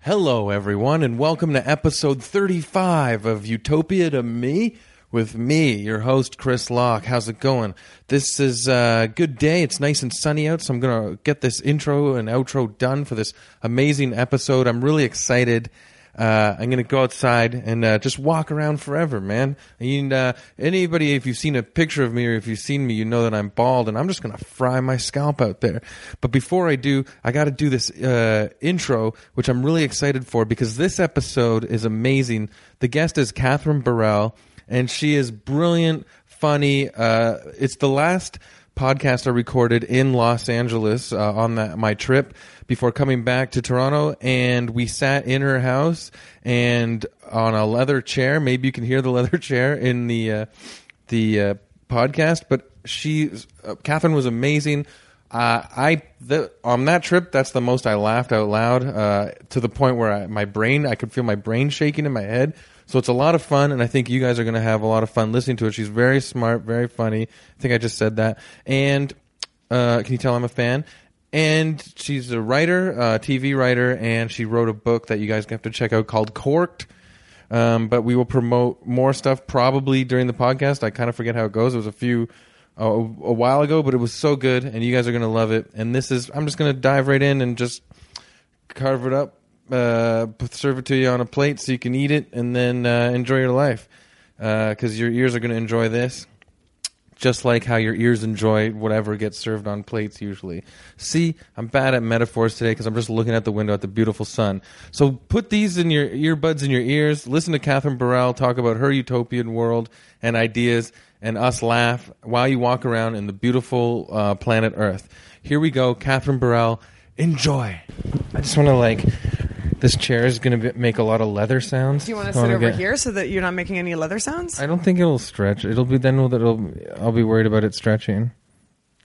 Hello, everyone, and welcome to episode 35 of Utopia to Me with me, your host, Chris Locke. How's it going? This is a good day. It's nice and sunny out, so I'm going to get this intro and outro done for this amazing episode. I'm really excited. Uh, I'm going to go outside and uh, just walk around forever, man. I mean, uh, anybody, if you've seen a picture of me or if you've seen me, you know that I'm bald, and I'm just going to fry my scalp out there. But before I do, I got to do this uh, intro, which I'm really excited for because this episode is amazing. The guest is Catherine Burrell, and she is brilliant, funny. Uh, it's the last podcast I recorded in Los Angeles uh, on that, my trip before coming back to Toronto, and we sat in her house and on a leather chair. Maybe you can hear the leather chair in the uh, the uh, podcast, but she, uh, Catherine, was amazing. Uh, I the, on that trip, that's the most I laughed out loud uh, to the point where I, my brain, I could feel my brain shaking in my head. So it's a lot of fun, and I think you guys are going to have a lot of fun listening to it. She's very smart, very funny. I think I just said that. And uh, can you tell I'm a fan? And she's a writer, a TV writer, and she wrote a book that you guys have to check out called Corked. Um, but we will promote more stuff probably during the podcast. I kind of forget how it goes. It was a few a, a while ago, but it was so good, and you guys are going to love it. And this is I'm just going to dive right in and just carve it up, uh, serve it to you on a plate so you can eat it, and then uh, enjoy your life because your ears are going to enjoy this, just like how your ears enjoy whatever gets served on plates usually. See, I'm bad at metaphors today because I'm just looking out the window at the beautiful sun. So put these in your earbuds in your ears. Listen to Catherine Burrell talk about her utopian world and ideas. And us laugh while you walk around in the beautiful uh, planet Earth. Here we go, Catherine Burrell enjoy. I just want to like. This chair is going to make a lot of leather sounds. Do you want to So I sit wanna over get- here so that you're not making any leather sounds? I don't think it'll stretch. It'll be then it'll, it'll I'll be worried about it stretching.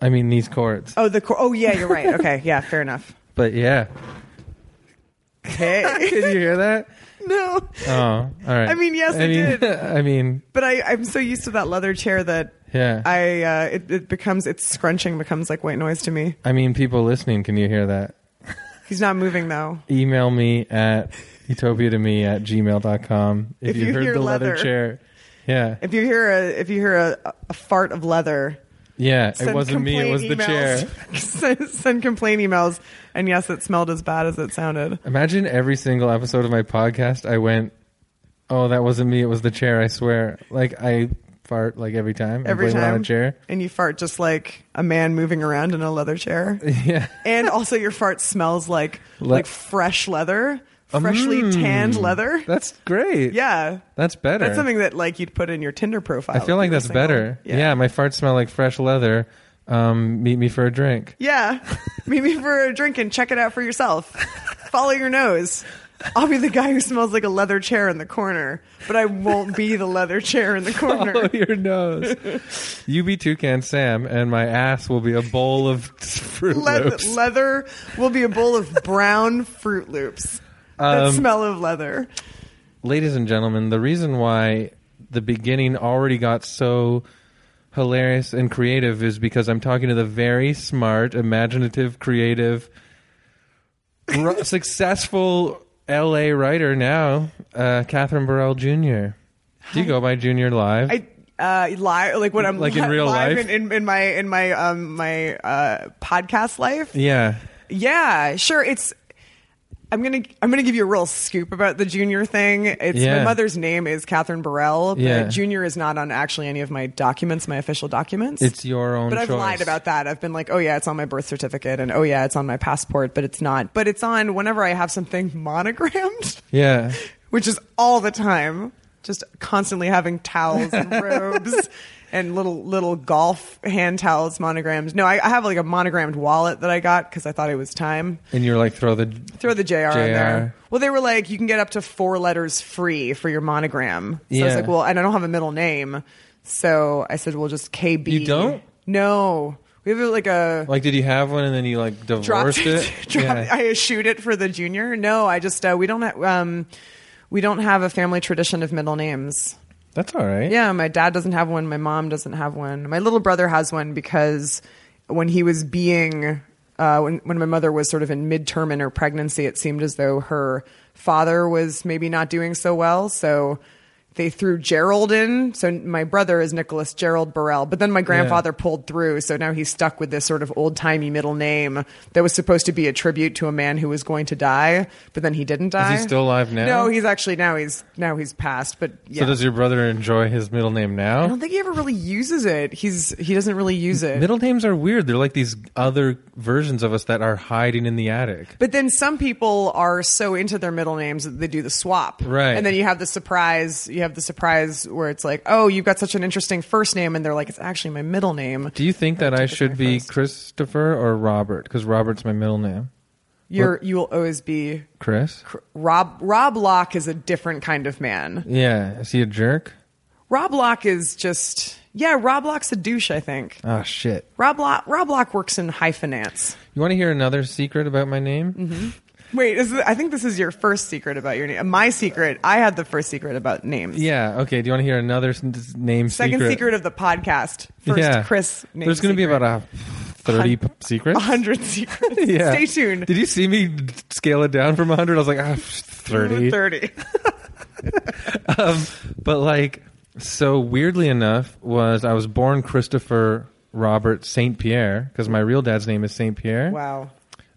I mean these cords, oh, the cor- oh yeah, you're right. Okay, yeah, fair enough. but yeah. Okay, Did you hear that? no, Oh, all right. I mean, yes, I mean- did. I mean, but I, I'm so used to that leather chair that yeah. I, I uh, it, it becomes its scrunching becomes like white noise to me. mean, people listening, can you hear that? He's not moving though. Email me at utopia to me at gmail.com if, If you, you heard hear the leather. chair. Yeah, If you hear a if you hear a, a fart of leather, yeah. send It wasn't me. It complaint was the chair. emails. send, send complaint emails. And yes, it smelled as bad as it sounded. Imagine every single episode of my podcast, I went, "Oh, that wasn't me. It was the chair." I swear. Like I fart like every time. I Every blame it on time, a chair. and you fart just like a man moving around in a leather chair. Yeah. and also your fart smells like Le- Mm. like fresh leather, freshly tanned leather. That's great. Yeah, That's better. that's something that like you'd put in your Tinder profile. I feel like if you were that's single. better. Yeah. my farts smell like fresh leather. Um, meet me for a drink. yeah. Meet me for a drink and check it out for yourself. Follow your nose. I'll be the guy who smells like a leather chair in the corner, but I won't be the leather chair in the corner. Oh, your nose. you be toucan Sam, and my ass will be a bowl of fruit Leather, loops. leather will be a bowl of brown Fruit Loops. That Um, smell of leather. ladies and gentlemen, the reason why the beginning already got so hilarious and creative is because I'm talking to the very smart, imaginative, creative, r- successful LA writer now, uh, Catherine Burrell Jr. Do you go by Junior Live? I uh, live like when I'm Like in li- real live life? in, in, in my in my um my uh podcast life. yeah. Yeah, sure. It's I'm gonna I'm gonna give you a real scoop about the junior thing. It's Yeah. my mother's name is Catherine Burrell, but Yeah. junior is not on actually any of my documents, my official documents. It's your own but I've choice. lied about that. I've been like, oh yeah, it's on my birth certificate, and oh yeah, it's on my passport, but it's not. But it's on whenever I have something monogrammed Yeah. which is all the time, just constantly having towels and robes and little little golf hand towels, monograms. No, I, I have like a monogrammed wallet that I got because I thought it was time. And you're like, throw the. Throw the JR, in there. JR. Well, they were like, you can get up to four letters free for your monogram. So I was Yeah. like, well, and I don't have a middle name, so I said, well, just KB. You don't? No, we have like a Like, did you have one and then you like dropped divorced it. it? dropped, yeah. I shoot it for the junior. No, I just uh, we don't ha- um we don't have a family tradition of middle names. That's all right. Yeah, my dad doesn't have one. My mom doesn't have one. My little brother has one because when he was being uh, when when my mother was sort of in midterm in her pregnancy, it seemed as though her father was maybe not doing so well, so they threw Gerald in. So my brother is Nicholas Gerald Burrell, but then my grandfather pulled through, so now he's stuck with this sort of old timey middle name that was supposed to be a tribute to a man who was going to die, but then he didn't die. still alive now? No, he's actually now he's now he's passed. But yeah, So does your brother enjoy his middle name now? I don't think he ever really uses it. He's he doesn't really use it. Middle names are weird. They're like these other versions of us that are hiding in the attic. But then some people are so into their middle names that they do the swap. Right. And then you have the surprise, you have the surprise where it's like, "Oh, you've got such an interesting first name." And they're like, "It's actually my middle name." Do you think that I took it should there be first. Christopher or Robert? Because Robert's my middle name. You're you will always be Chris? Rob Rob Locke is a different kind of man. Yeah. Is he a jerk? Rob Locke is just yeah, Rob Locke's a douche, I think. Oh, shit. Rob Locke Rob Locke works in high finance. You want to hear another secret about my name? Mm-hmm. Wait, is it, I think this is your first secret about your name. My secret, I had the first secret about names. Yeah. Okay. Do you want to hear another s- s- name Second secret? secret. of the podcast. First, Yeah. Chris. Name There's going to be secret. about a 30 p- secrets. 100 secrets. Yeah. Stay tuned. Did you see me scale it down from 100? I was like, ah, 30. 30. um, but like, so weirdly enough, was I was born Christopher Robert Saint Pierre because my real dad's name is Saint Pierre. Wow.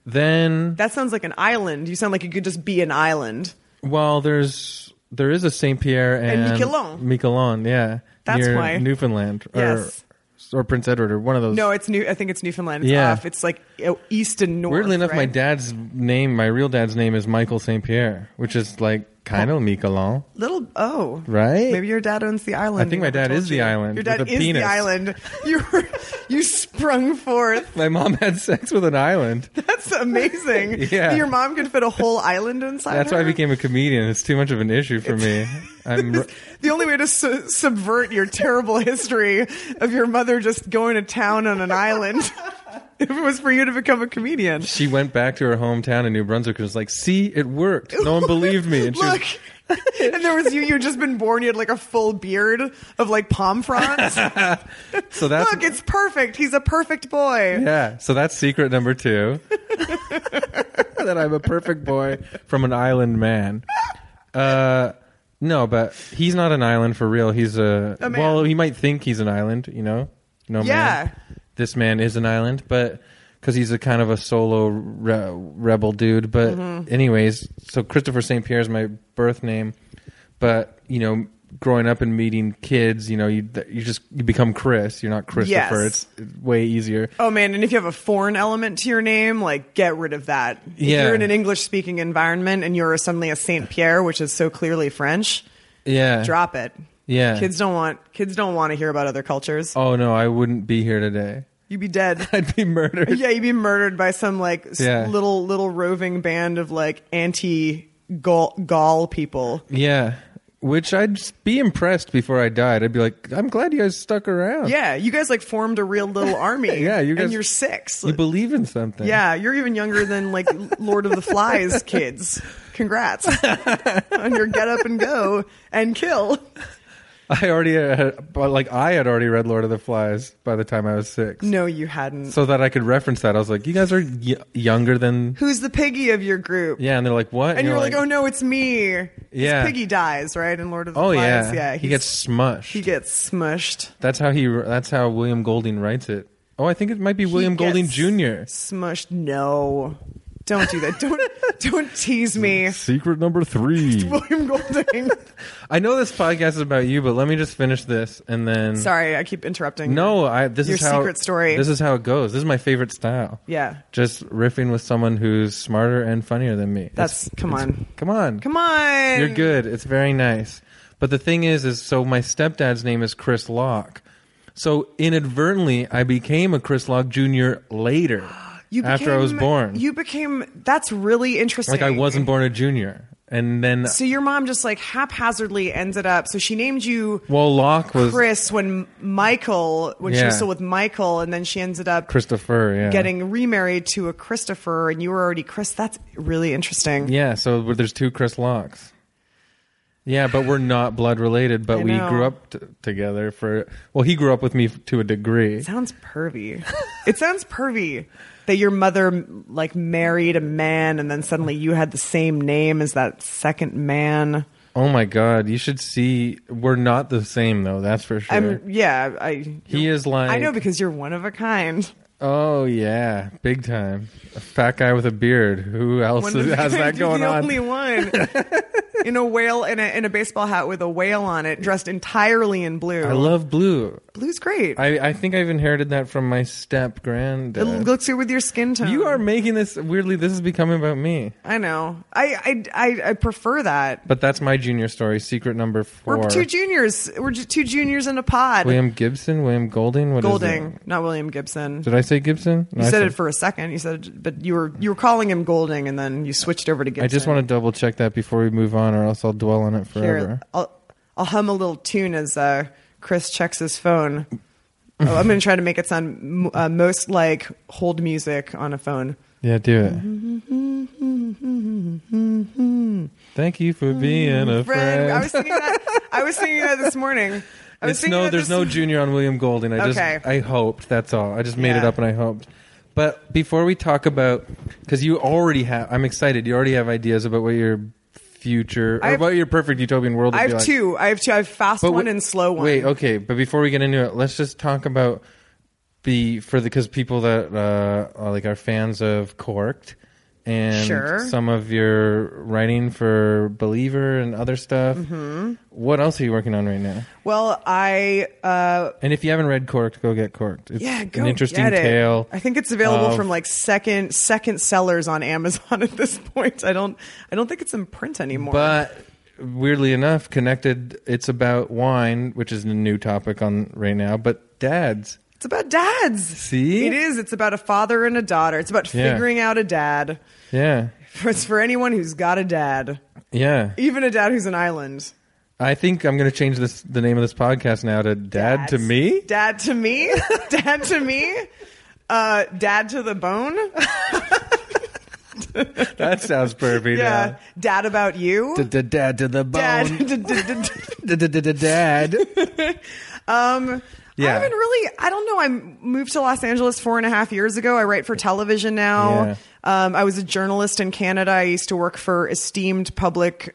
Then, That sounds like an island. You sound like you could just be an island. well, there's there is a Saint Pierre and, Miquelon. Miquelon, yeah, That's near why. Newfoundland or Yes. or Prince Edward or one of those. No, it's new. I think it's Newfoundland. It's Yeah. off. It's like uh, east and north. weirdly enough, my right? dad's name, my real dad's name is Michael Saint Pierre, which is like kind of Miquelon, Little. Oh. right? Maybe your dad owns the island. I think my We never dad told is the you. island Your with dad a is penis. the island. You were, you sprung forth. my mom had sex with an island. That's amazing. Yeah. Your mom could fit a whole island inside. That's why I her? became a comedian. It's too much of an issue for me. I'm r- The only way to su- subvert your terrible history of your mother just going to town on an island if it was for you to become a comedian. she went back to her hometown in New Brunswick and was like, "See, it worked. No one believed me." And she Look. was, and there was you. You had just been born. You had like a full beard of like palm fronds. so that's Look, it's perfect. He's a perfect boy. yeah. So that's secret number two. that I'm a perfect boy from an island man. Uh, no, but he's not an island for real. He's a, A man. well. He might think he's an island. You know, no Yeah. man. This man is an island, but because he's a kind of a solo re- rebel dude. But Mm-hmm. anyways, so Christopher St. Pierre is my birth name, but you know. Growing up and meeting kids, you know, you you just you become Chris. You're not Christopher. Yes. It's way easier. Oh man, and if you have a foreign element to your name, like get rid of that. Yeah. If you're in an English speaking environment and you're suddenly a Saint Pierre, which is so clearly French, Yeah. drop it. Yeah. Kids don't want kids don't want to hear about other cultures. Oh no, I wouldn't be here today. You'd be dead. I'd be murdered. yeah, you'd be murdered by some like s- Yeah. little little roving band of like anti Gaul people. Yeah. Which I'd s- be impressed before I died. I'd be like, I'm glad you guys stuck around. Yeah, you guys like formed a real little army. Yeah, you guys- and you're six. You believe in something. yeah, you're even younger than like Lord of the Flies kids. Congrats on your get up and go and kill. I already, had, but like, I had already read Lord of the Flies by the time I was six. No, you hadn't. So that I could reference that. I was like, you guys are y- younger than. Who's the piggy of your group? Yeah. And they're like, what? And you're like, oh no, it's me. Yeah. His piggy dies, right? In Lord of the Oh, yeah. Flies. Yeah. He he's- gets smushed. he gets smushed. that's how he, that's how William Golding writes it. Oh, I think it might be William He gets Golding Jr. Smushed. No, don't do that. Don't don't tease me, Secret number three. William Golding. I know this podcast is about you, but let me just finish this and then. Sorry, I keep interrupting. No, I. This Your is how secret story. This is how it goes. This is my favorite style. Yeah. Just riffing with someone who's smarter and funnier than me. That's- come on. Come on. Come on. You're good. It's very nice. But the thing is, is so my stepdad's name is Chris Locke. So inadvertently, I became a Chris Locke Jr. later You after I was became- born. You became. That's really interesting. like I wasn't born a junior, and then So your mom just like haphazardly ended up. So she named you well, Locke was Chris when Michael when she Yeah. was still with Michael, and then she ended up Christopher. Yeah. getting remarried to a Christopher, and you were already Chris. That's really interesting. Yeah, so w- there's two Chris Locks. Yeah, but we're not blood related, but I we know. grew up t- together for well, he grew up with me f- to a degree. Sounds pervy. it sounds pervy. that your mother like married a man and then suddenly you had the same name as that second man. Oh my god, you should see. We're not the same though. That's for sure. I'm Um, yeah, I He is like- I know because you're one of a kind. oh yeah, big time. A fat guy with a beard. Who else One of is, a has that kind. You're going the on? only one in a whale in a in a baseball hat with a whale on it, dressed entirely in blue. I love blue. Blue's great. I, I think I've inherited that from my step it granddad. looks good with your skin tone. You are making this weirdly. This is becoming about me. I know. I I I, I prefer that. But that's my junior story. Secret number 4 We're two juniors. We're ju- two juniors in a pod. William Gibson. William Golding. What is it? Golding, not William Gibson. Did I say Gibson? No, You I said it for a second. You said, but you were you were calling him Golding, and then you switched over to Gibson. I just want to double check that before we move on, or else I'll dwell on it forever. Here, I'll I'll hum a little tune as uh, Chris checks his phone. Oh, I'm going to try to make it sound m- uh, most like hold music on a phone. Yeah, do it. Thank you for being a Friend, friend. I was singing that. I was singing that this morning. I was it's singing no, that there's this- no junior on William Golding. I just, Okay. I hoped. That's all. I just made it Yeah. up and I hoped. But before we talk about, because you already have, I'm excited. You already have ideas about what your future, I or have- about your perfect utopian world. would I be have like. two. I have two. I have fast But one wait- and slow one. Wait, okay, but before we get into it, let's just talk about the for the because people that uh, are like are fans of Corked and Sure. some of your writing for Believer and other stuff. Mm-hmm. What else are you working on right now? Well, I uh, And if you haven't read Corked, go get Corked. It's yeah, go an interesting get it. tale. Um, I think it's available of- from like second second sellers on Amazon at this point. I don't I don't think it's in print anymore. But weirdly enough, connected. It's about wine, which is a new topic on right now. But dads, It's about dads. See? It is. It's about a father and a daughter. It's about Yeah. figuring out a dad. yeah, It's for anyone who's got a dad, yeah. even a dad who's an island. I think I'm going to change this the name of this podcast now to Dad to Dads. Me. Dad to me. dad to me. Uh, dad to the bone. That sounds perfect. Yeah. Dad about you. The dad to the Dad. bone. Dad. um, Yeah. I haven't really. I don't know. I moved to Los Angeles four and a half years ago. I write for television now. Um, I was a journalist in Canada. I used to work for esteemed public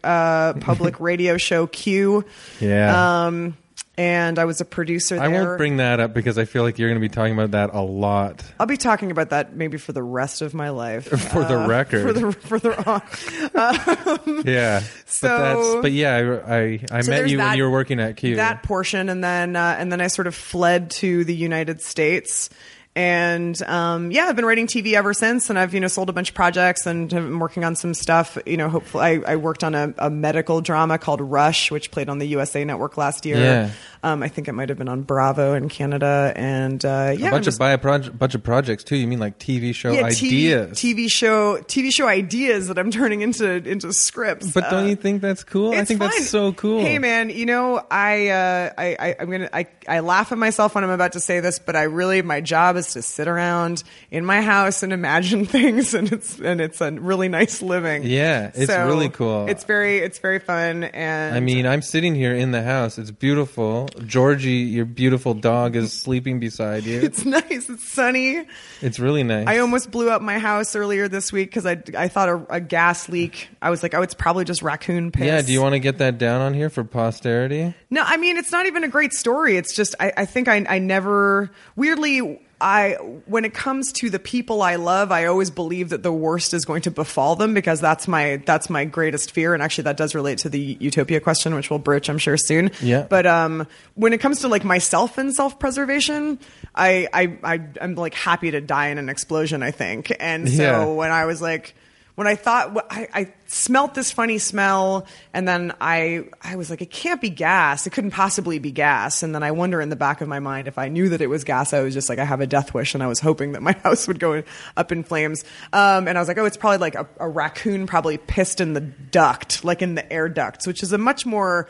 uh, public radio show Q. Yeah. Um, and I was a producer there. I won't bring that up because I feel like you're going to be talking about that a lot. I'll be talking about that maybe for the rest of my life. For the record. Uh, For the for the on. Yeah. but, So- that's, but yeah, I I, I So met there's you when that- you were working at Q. that portion, and then uh, and then I sort of fled to the United States. And um, yeah, I've been writing TV ever since, and I've you know sold a bunch of projects and have been working on some stuff. You know, hopefully, I, I worked on a, a medical drama called Rush, which played on the USA Network last year. Yeah. Um, I think it might have been on Bravo in Canada, and uh, a yeah, I'm bunch just- of bio proje- bunch of projects too. You mean like TV show ideas? TV, TV show TV show ideas that I'm turning into into scripts. but Uh, don't you think that's cool? I it's think fun. that's so cool. Hey man, you know I uh, I, I I'm gonna I, I laugh at myself when I'm about to say this, but I really my job is to sit around in my house and imagine things, and it's and it's a really nice living. Yeah, it's So, really cool. It's very it's very fun, and I mean, I'm sitting here in the house. It's beautiful. Georgie, your beautiful dog, is sleeping beside you. it's nice. It's sunny. It's really nice. I almost blew up my house earlier this week because I, I thought a, a gas leak. I was like, oh, it's probably just raccoon piss. yeah, do you want to get that down on here for posterity? No, I mean it's not even a great story. It's just I, I think I, I never weirdly I when it comes to the people I love, I always believe that the worst is going to befall them because that's my that's my greatest fear. And actually, that does relate to the utopia question, which we'll broach, I'm sure, soon. Yeah. But um, when it comes to like myself and self preservation, I I I am like happy to die in an explosion. I think, and so Yeah. when I was like, when I thought wh- I, I smelt this funny smell, and then I I was like, it can't be gas. It couldn't possibly be gas. And then I wonder in the back of my mind if I knew that it was gas. I was just like, I have a death wish, and I was hoping that my house would go in, up in flames. Um, and I was like, oh, it's probably like a, a raccoon probably pissed in the duct, like in the air ducts, which is a much more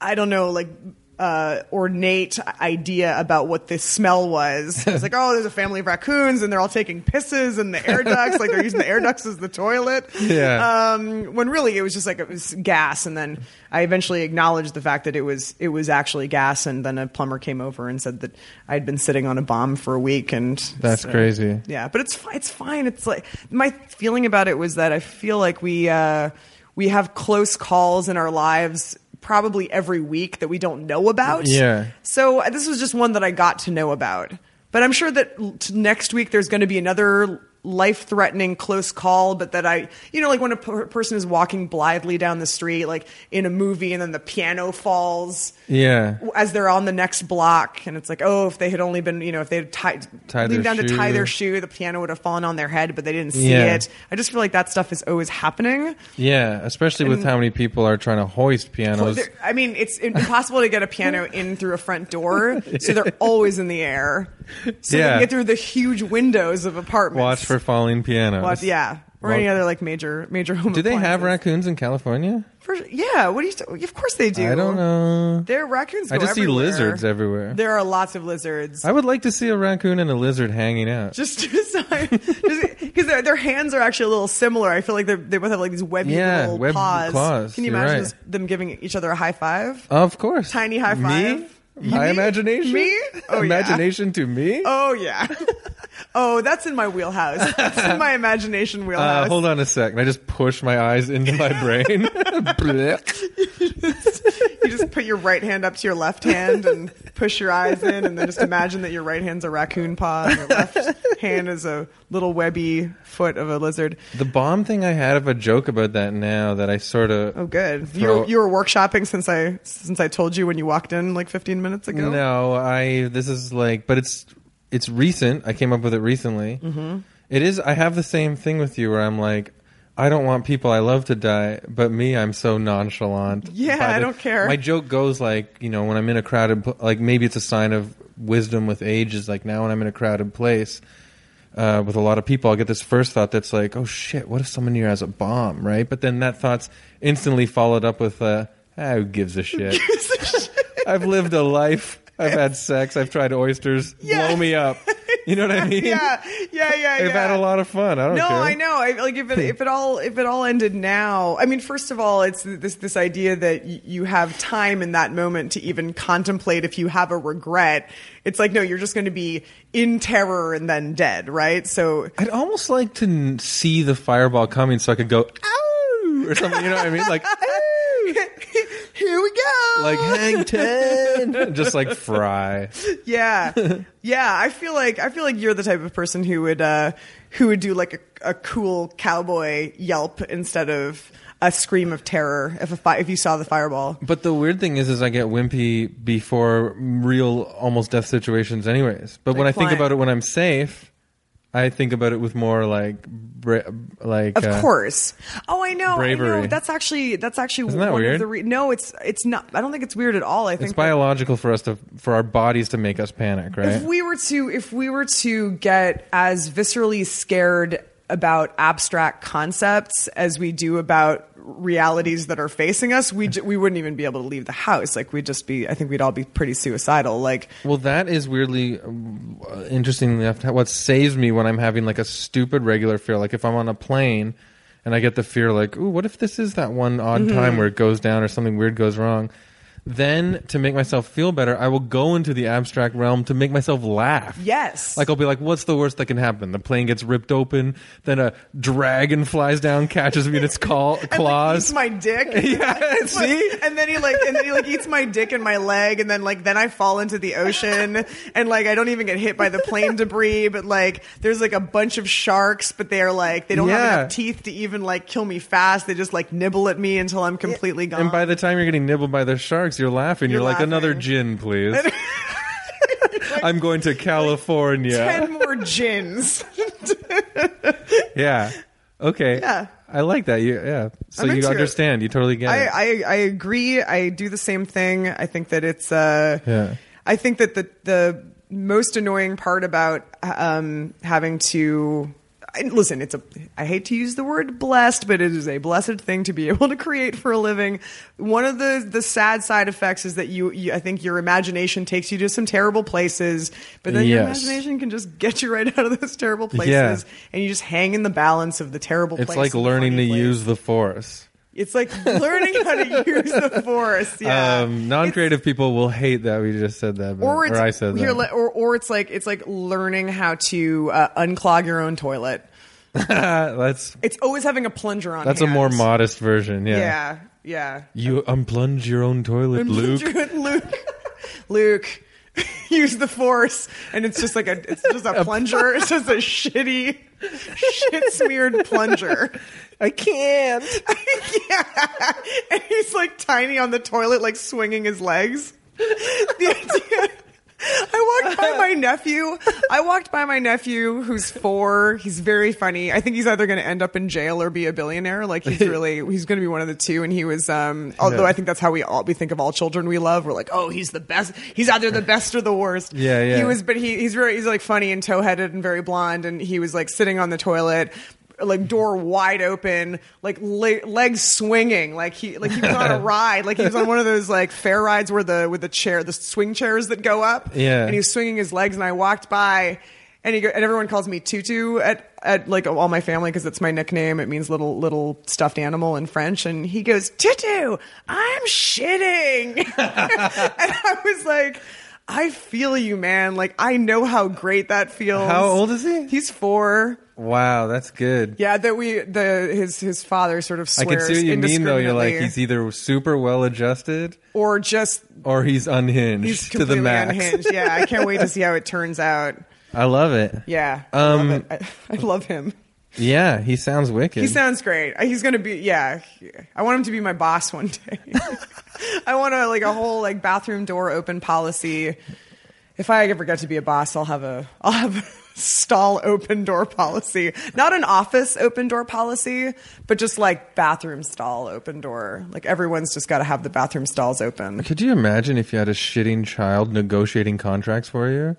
I don't know, like uh, ornate idea about what this smell was. It's like, oh, there's a family of raccoons, and they're all taking pisses in the air ducts, like they're using the air ducts as the toilet. Yeah. Um, when really it was just like it was gas, and then I eventually acknowledged the fact that it was it was actually gas, and then a plumber came over and said that I'd been sitting on a bomb for a week, and That's crazy. yeah, but it's fi- it's fine. It's like my feeling about it was that I feel like we uh, we have close calls in our lives probably every week that we don't know about. Yeah. So uh, this was just one that I got to know about. But I'm sure that l- t- next week there's going to be another life-threatening close call but that I you know like when a per- person is walking blithely down the street like in a movie and then the piano falls Yeah. as they're on the next block, and it's like, oh, if they had only been, you know, if they had tied, Tied leaned their down to tie shoe. their shoe, the piano would have fallen on their head, but they didn't see Yeah. it. I just feel like that stuff is always happening. Yeah, especially with how many people are trying to hoist pianos. There- I mean, it's impossible to get a piano in through a front door, so they're always in the air. So they Yeah. can get through the huge windows of apartments. Watch for falling pianos. Watch- yeah, or any Well- other like major major home. Do they have appliances. raccoons in California? For- yeah, what do you? St- of course they do. I don't know. There are raccoons. I go just see everywhere. lizards everywhere. There are lots of lizards. I would like to see a raccoon and a lizard hanging out. just because their, their hands are actually a little similar. I feel like they're- they both have like these webby Yeah, little webbed paws. claws, Can you you're imagine right. just them giving each other a high five? Of course. Tiny high Me? five. My Me? imagination? Me? Oh, yeah. imagination to me? Oh yeah. oh, that's in my wheelhouse. That's in my imagination wheelhouse. uh, hold on a sec. I just push my eyes into my brain. Blech. You just put your right hand up to your left hand and push your eyes in, and then just imagine that your right hand's a raccoon paw and your left hand is a little webby foot of a lizard. the bomb thing I had of a joke about that now that I sort of Oh, good. You Throw- were, you were workshopping since I since I told you when you walked in like 15 minutes ago. No, I. This is like, but it's it's recent. I came up with it recently. Mm-hmm. is. I have the same thing with you where I'm like, I don't want people I love to die, but me, I'm so nonchalant. Yeah, about I it. don't care. My joke goes like, you know, when I'm in a crowded, pl- like maybe it's a sign of wisdom with age. Is like now when I'm in a crowded place. Uh, with a lot of people, I'll get this first thought that's like, "Oh shit, what if someone here has a bomb?" Right? But then that thought's instantly followed up with, uh, ah, "Who gives a shit?" I've lived a life. I've had sex. I've tried oysters. Yeah. Blow me up. You know what I mean? yeah, yeah, yeah. I've yeah. had a lot of fun. I don't No, care. I know. I, like if it if it all if it all ended now. I mean, first of all, it's this this idea that y- you have time in that moment to even contemplate if you have a regret. It's like no, you're just going to be in terror and then dead, right? So I'd almost like to n- see the fireball coming so I could go, ow, or something. You know what I mean? Like, here we go. like hang ten. Just like fry. yeah yeah i feel like i feel like you're the type of person who would uh who would do like a, a cool cowboy yelp instead of a scream of terror if a fi- if you saw the fireball But the weird thing is, is I get wimpy before real almost death situations, anyways. But when I Like think what? about it when I'm safe, I think about it with more like, bra- like of uh, course oh i know i bravery. know that's actually that's actually Isn't that one of weird? the re- no it's it's not i don't think it's weird at all i think It's that- biological for us to for our bodies to make us panic, right? If we were to if we were to get as viscerally scared about abstract concepts as we do about realities that are facing us, we j- we wouldn't even be able to leave the house. Like we'd just be I think we'd all be pretty suicidal. Like Well, that is weirdly, um, uh, interestingly enough, what saves me when I'm having like a stupid regular fear. Like if I'm on a plane and I get the fear, like, ooh, what if this is that one odd Mm-hmm. time where it goes down or something weird goes wrong? Then to make myself feel better, I will go into the abstract realm to make myself laugh. yes. Like I'll be like, what's the worst that can happen? The plane gets ripped open, then a dragon flies down, catches me in its call, and, like, claws. eats my dick. yeah, Like, see, and then he like and then he like eats my dick and my leg and then like then I fall into the ocean and like I don't even get hit by the plane debris but like there's like a bunch of sharks but they're like they don't Yeah. have enough teeth to even like kill me fast they just like nibble at me until I'm completely gone And by the time you're getting nibbled by the sharks, you're laughing. You're, You're like, another laughing. gin, please. I'm going to California. 10 more gins yeah. Okay. Yeah. I like that. You, yeah. So I'm you into it. understand. You totally get it. I, I I agree. I do the same thing. I think that it's uh Yeah. I think that the the most annoying part about um having to I- listen, it's a I hate to use the word blessed, but it is a blessed thing to be able to create for a living. One of the the sad side effects is that you, you I think your imagination takes you to some terrible places, but then your Yes. imagination can just get you right out of those terrible places Yeah. and you just hang in the balance of the terrible It's place like and the learning to funny place. use the force. It's like learning how to use the force. Yeah. Um, non-creative people will hate that we just said that, but, or, or it's I said here, that. le- or or it's like it's like learning how to uh, unclog your own toilet. that's It's always having a plunger on. that's a more hand. modest version. Yeah. Yeah, yeah. You unplunge your own toilet, Luke. Luke, Luke, use the force, and it's just like a it's just a plunger. It's just a shitty, shit smeared plunger. I can't. yeah. And he's like tiny on the toilet, like swinging his legs. The idea. I walked by my nephew. I walked by my nephew who's four. He's very funny. I think he's either going to end up in jail or be a billionaire. Like he's really, he's going to be one of the two. And he was, um, although Yeah. I think that's how we all, we think of all children we love. We're like, oh, he's the best. He's either the best or the worst. Yeah, yeah. He was, but he, he's very, he's like funny and tow headed and very blonde. And he was like sitting on the toilet, like door wide open, like le- legs swinging, like he like he was on a ride, like he was on one of those like fair rides where the with the chair, the swing chairs that go up. Yeah. and he was swinging his legs, and I walked by. And, he go, and everyone calls me Tutu at, at like all my family because it's my nickname. It means little little stuffed animal in French. And he goes Tutu, I'm shitting. and I was like, I feel you, man. Like I know how great that feels. How old is he? He's four. Wow, that's good. Yeah, that we the his his father sort of I can swears see what you mean, though. You're like indiscriminately. he's either super well adjusted or just or he's unhinged he's to the completely max. unhinged. Yeah, I can't wait to see how it turns out. I love it. Yeah, I Um, love it. I, I love him. Yeah, he sounds wicked. He sounds great. Uh, He's gonna be yeah. he- I want him to be my boss one day. I want a, like a whole like bathroom door open policy. If I ever get to be a boss, I'll have a I'll have a stall open door policy, not an office open door policy, but just like bathroom stall open door. Like everyone's just got to have the bathroom stalls open. Could you imagine if you had a shitting child negotiating contracts for you?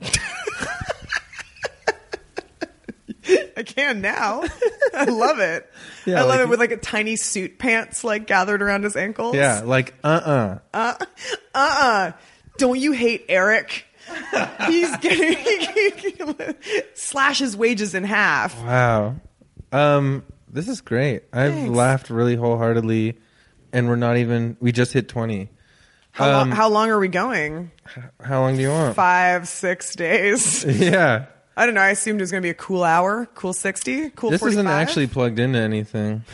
I can now. I love it. Yeah, I love like it you- with like a tiny suit pants like gathered around his ankles. yeah, like uh uh uh-uh don't you hate eric he's getting slash his wages in half Wow. Um, this is great. I've Thanks. laughed really wholeheartedly, and we're not even. We just hit twenty. how, lo- Um, how long are we going How long do you want? five six days Yeah. i don't know i assumed it was going to be a cool hour cool 60 cool This 45. isn't actually plugged into anything.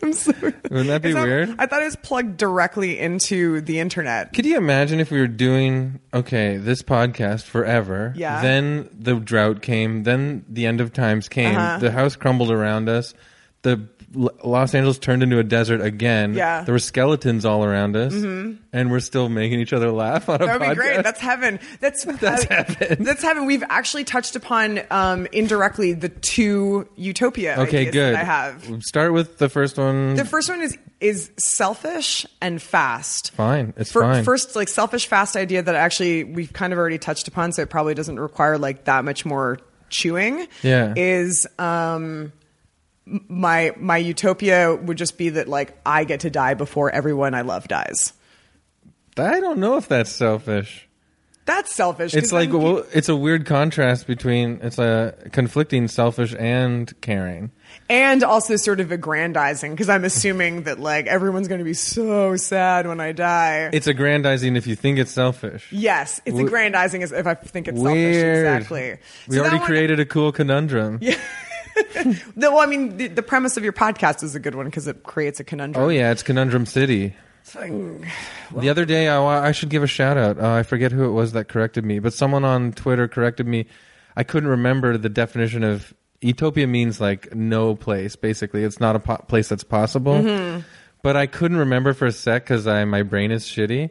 I'm sorry. Wouldn't that be It's not- weird? i thought it was plugged directly into the internet Could you imagine if we were doing okay this podcast forever? Yeah. Then the drought came. Then the end of times came. Uh-huh. The house crumbled around us. The L- Los Angeles turned into a desert again. Yeah. Mm-hmm. There were skeletons all around us, and we're still making each other laugh on a That would podcast. be great. That's heaven. That's that's heaven. That's heaven. We've actually touched upon um, indirectly the two utopia. okay. ideas Good. That I have. Start with the first one. The first one is is selfish and fast. fine. It's Fir- fine. First, like selfish fast idea that actually we've kind of already touched upon, so it probably doesn't require like that much more chewing. Yeah. is um m- my my utopia would just be that like I get to die before everyone I love dies. I don't know if that's selfish. That's selfish. 'cause It's like then- well, it's a weird contrast between it's a conflicting selfish and caring. and also sort of aggrandizing because I'm assuming that like everyone's going to be so sad when I die. It's aggrandizing if you think it's selfish. Yes, it's We- aggrandizing as if I think it's Weird. selfish. Exactly. We So that already one- created a cool conundrum. No, well, I mean, the, the premise of your podcast is a good one because it creates a conundrum. Oh yeah, it's Conundrum City. mm, the other day, I, wa- I should give a shout out. Uh, I forget who it was that corrected me, but someone on Twitter corrected me. I couldn't remember the definition of utopia means like no place. Basically, it's not a po- place that's possible. Mm-hmm. But I couldn't remember for a sec because I my brain is shitty,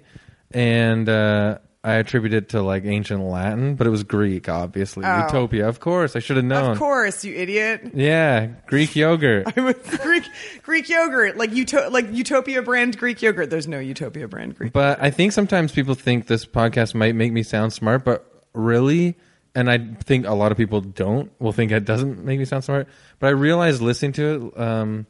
and uh, I attribute it to like ancient Latin, but it was Greek, obviously. Oh. Utopia, of course. I should have known. Of course, you idiot. Yeah, Greek yogurt. I'm a Greek Greek yogurt, like uto- like Utopia brand Greek yogurt. There's no Utopia brand Greek. But I think sometimes people think this podcast might make me sound smart, but really, and I think a lot of people don't will think it doesn't make me sound smart. But I realized listening to it um,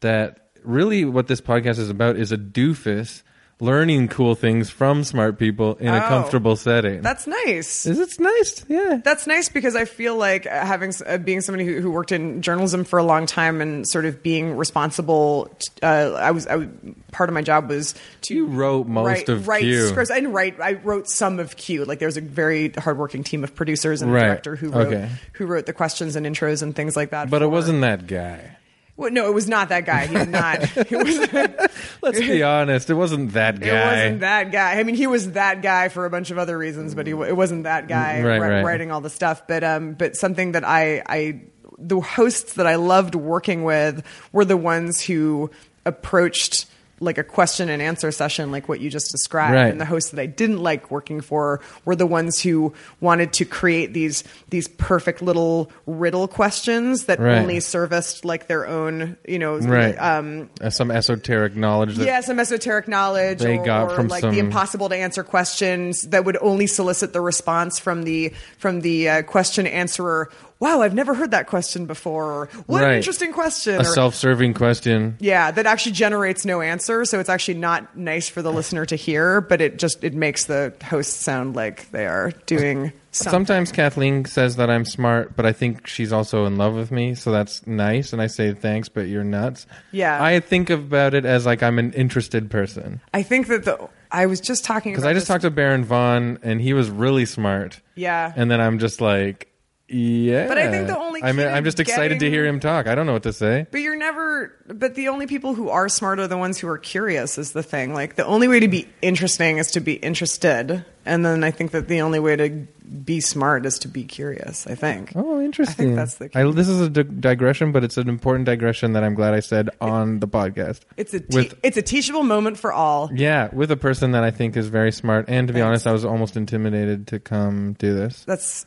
that really what this podcast is about is a doofus learning cool things from smart people in a Oh. comfortable setting. That's nice. is it's nice, yeah. That's nice because I feel like uh, having s- uh, being somebody who, who worked in journalism for a long time and sort of being responsible. t- Uh, I was I was- part of my job was to You wrote most write, of write Q. scripts and write. I wrote some of Q. Like there was a very hardworking team of producers and a Right. director who wrote Okay. who wrote the questions and intros and things like that. But uh, it for- wasn't that guy. Well, no, it was not that guy. He did not. It wasn't. Let's be honest, it wasn't that guy. It wasn't that guy. I mean, he was that guy for a bunch of other reasons, but he it wasn't that guy Mm, Right, wri- right. writing all the stuff. But um, but something that I I the hosts that I loved working with were the ones who approached like a question and answer session, like what you just described, Right. and the hosts that I didn't like working for were the ones who wanted to create these these perfect little riddle questions that Right. only serviced like their own, you know, Right. um, Uh, some esoteric knowledge that yeah, some esoteric knowledge They or, got or from like some- the impossible to answer questions that would only solicit the response from the from the uh, question answerer. Wow, I've never heard that question before. Or, what Right. an interesting question. a Or- self-serving question. yeah, that actually generates no answer, so it's actually not nice for the listener to hear, but it just it makes the host sound like they are doing something. Sometimes Kathleen says that I'm smart, but I think she's also in love with me, so that's nice. And I say thanks, but you're nuts. Yeah. I think about it as like I'm an interested person I think that the I was just talking because about I just this- talked to Baron Vaughn and he was really smart. Yeah. and then I'm just like, yeah. But I think the only I'm key to I'm just excited to getting- hear him talk. I don't know what to say. But you're never. But the only people who are smart are the ones who are curious. Is the thing like the only way to be interesting is to be interested, and then I think that the only way to be smart is to be curious. I think. Oh, interesting. that's the key. I- this is a di- digression, but it's an important digression that I'm glad I said on the podcast. It's a te- with it's a teachable moment for all. Yeah, with a person that I think is very smart. And to be Thanks. honest, I was almost intimidated to come do this. That's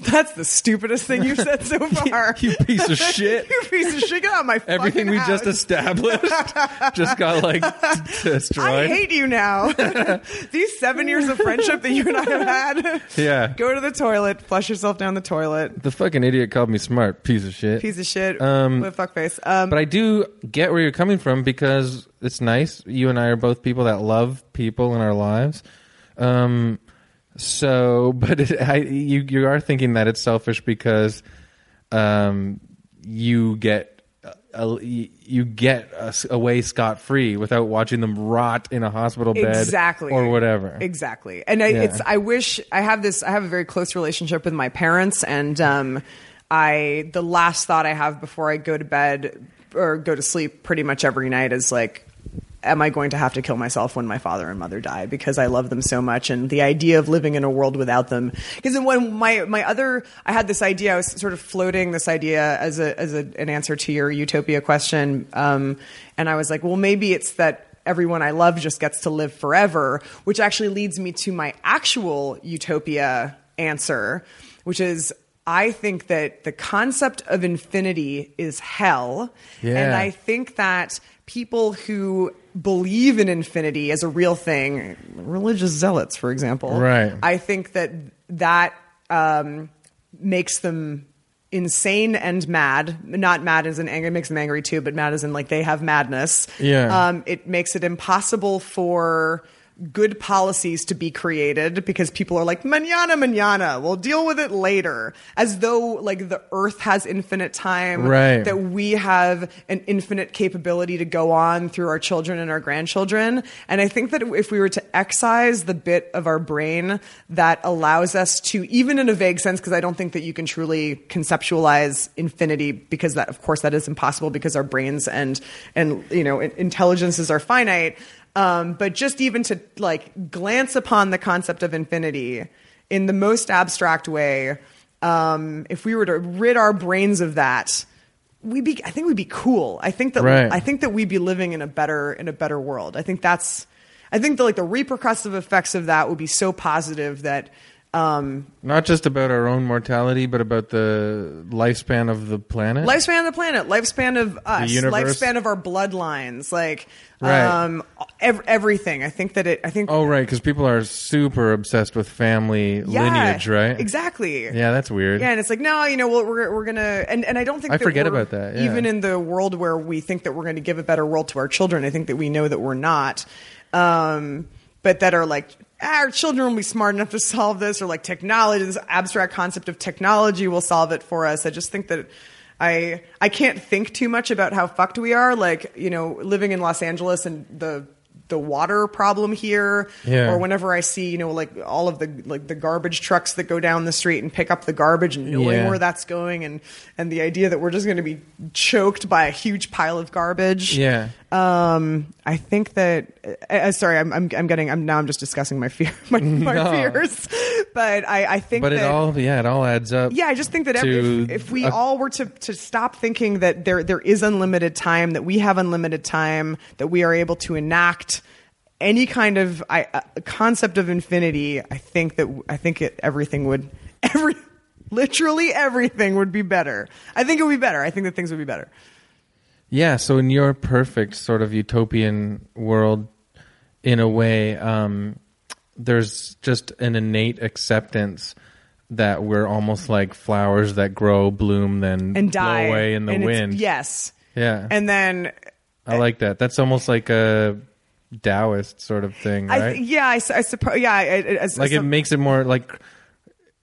that's the stupidest thing you've said so far. You piece of shit. you piece of shit! Get out of my Everything fucking we house. just established just got like I destroyed. hate you now. These seven years of friendship that you and I have had. Yeah. Go to the toilet. Flush yourself down the toilet. the fucking idiot called me smart, piece of shit. Piece of shit. Um, with fuckface. Um, but I do get where you're coming from because it's nice. You and I are both people that love people in our lives. Um, so, but it, I, you you are thinking that it's selfish because um, you get uh, you get us away scot free without watching them rot in a hospital bed exactly or whatever. exactly and I, it's i wish i have this i have a very close relationship with my parents and um i the last thought i have before i go to bed or go to sleep pretty much every night is like am i going to have to kill myself when my father and mother die because i love them so much and the idea of living in a world without them because when my my other i had this idea i was sort of floating this idea as a as a, an answer to your utopia question um and i was like well maybe it's that everyone I love just gets to live forever, which actually leads me to my actual utopia answer, which is I think that the concept of infinity is hell. And Yeah. I think that people who believe in infinity as a real thing, religious zealots, for example, Right. I think that that um, makes them insane and mad. Not mad as in anger, it makes them angry too, but mad as in like they have madness. Yeah. Um, it makes it impossible for good policies to be created because people are like manana manana we'll deal with it later as though like the earth has infinite time Right. that we have an infinite capability to go on through our children and our grandchildren. And I think that if we were to excise the bit of our brain that allows us to, even in a vague sense, because I don't think that you can truly conceptualize infinity, because that, of course, that is impossible because our brains and and you know in- intelligences are finite. Um, but just even to like glance upon the concept of infinity in the most abstract way, um, if we were to rid our brains of that, we be I think we'd be cool. I think that Right. I think that we'd be living in a better in a better world. I think that's I think the like the repercussive effects of that would be so positive that Um, Not just about our own mortality, but about the lifespan of the planet. lifespan of the planet, lifespan of us, universe? lifespan of our bloodlines, like Right. um, ev- everything. I think that it. I think oh, right, because people are super obsessed with family lineage, right? Exactly. Yeah, that's weird. Yeah, and it's like, no, you know what? We're we're gonna and, and I don't think I that forget we're- about that, yeah. Even in the world where we think that we're going to give a better world to our children, I think that we know that we're not. Um, but that are like "Ah, our children will be smart enough to solve this, or like technology, this abstract concept of technology will solve it for us. I just think that. I I can't think too much about how fucked we are. Like you know, living in Los Angeles and the the water problem here, Yeah. or whenever I see you know like all of the like the garbage trucks that go down the street and pick up the garbage and knowing Yeah. where that's going and and the idea that we're just going to be choked by a huge pile of garbage. Yeah. Um, I think that. Uh, uh, sorry, I'm, I'm I'm getting. I'm now. I'm just discussing my fear, my, my No. fears. But I I think But that. it all, yeah, it all adds up. yeah, I just think that to every, if, if we a- all were to, to stop thinking that there there is unlimited time, that we have unlimited time, that we are able to enact any kind of I, uh, concept of infinity, I think that I think it, everything would every literally everything would be better. I think it would be better. I think that things would be better. Yeah, so in your perfect sort of utopian world, in a way, um, there's just an innate acceptance that we're almost like flowers that grow, bloom, then and die blow away in the And it's- wind. Yes, yeah. and then I like that. That's almost like a Taoist sort of thing, I right? th- yeah, I, suppose yeah. I, I, as- like it some- makes it more like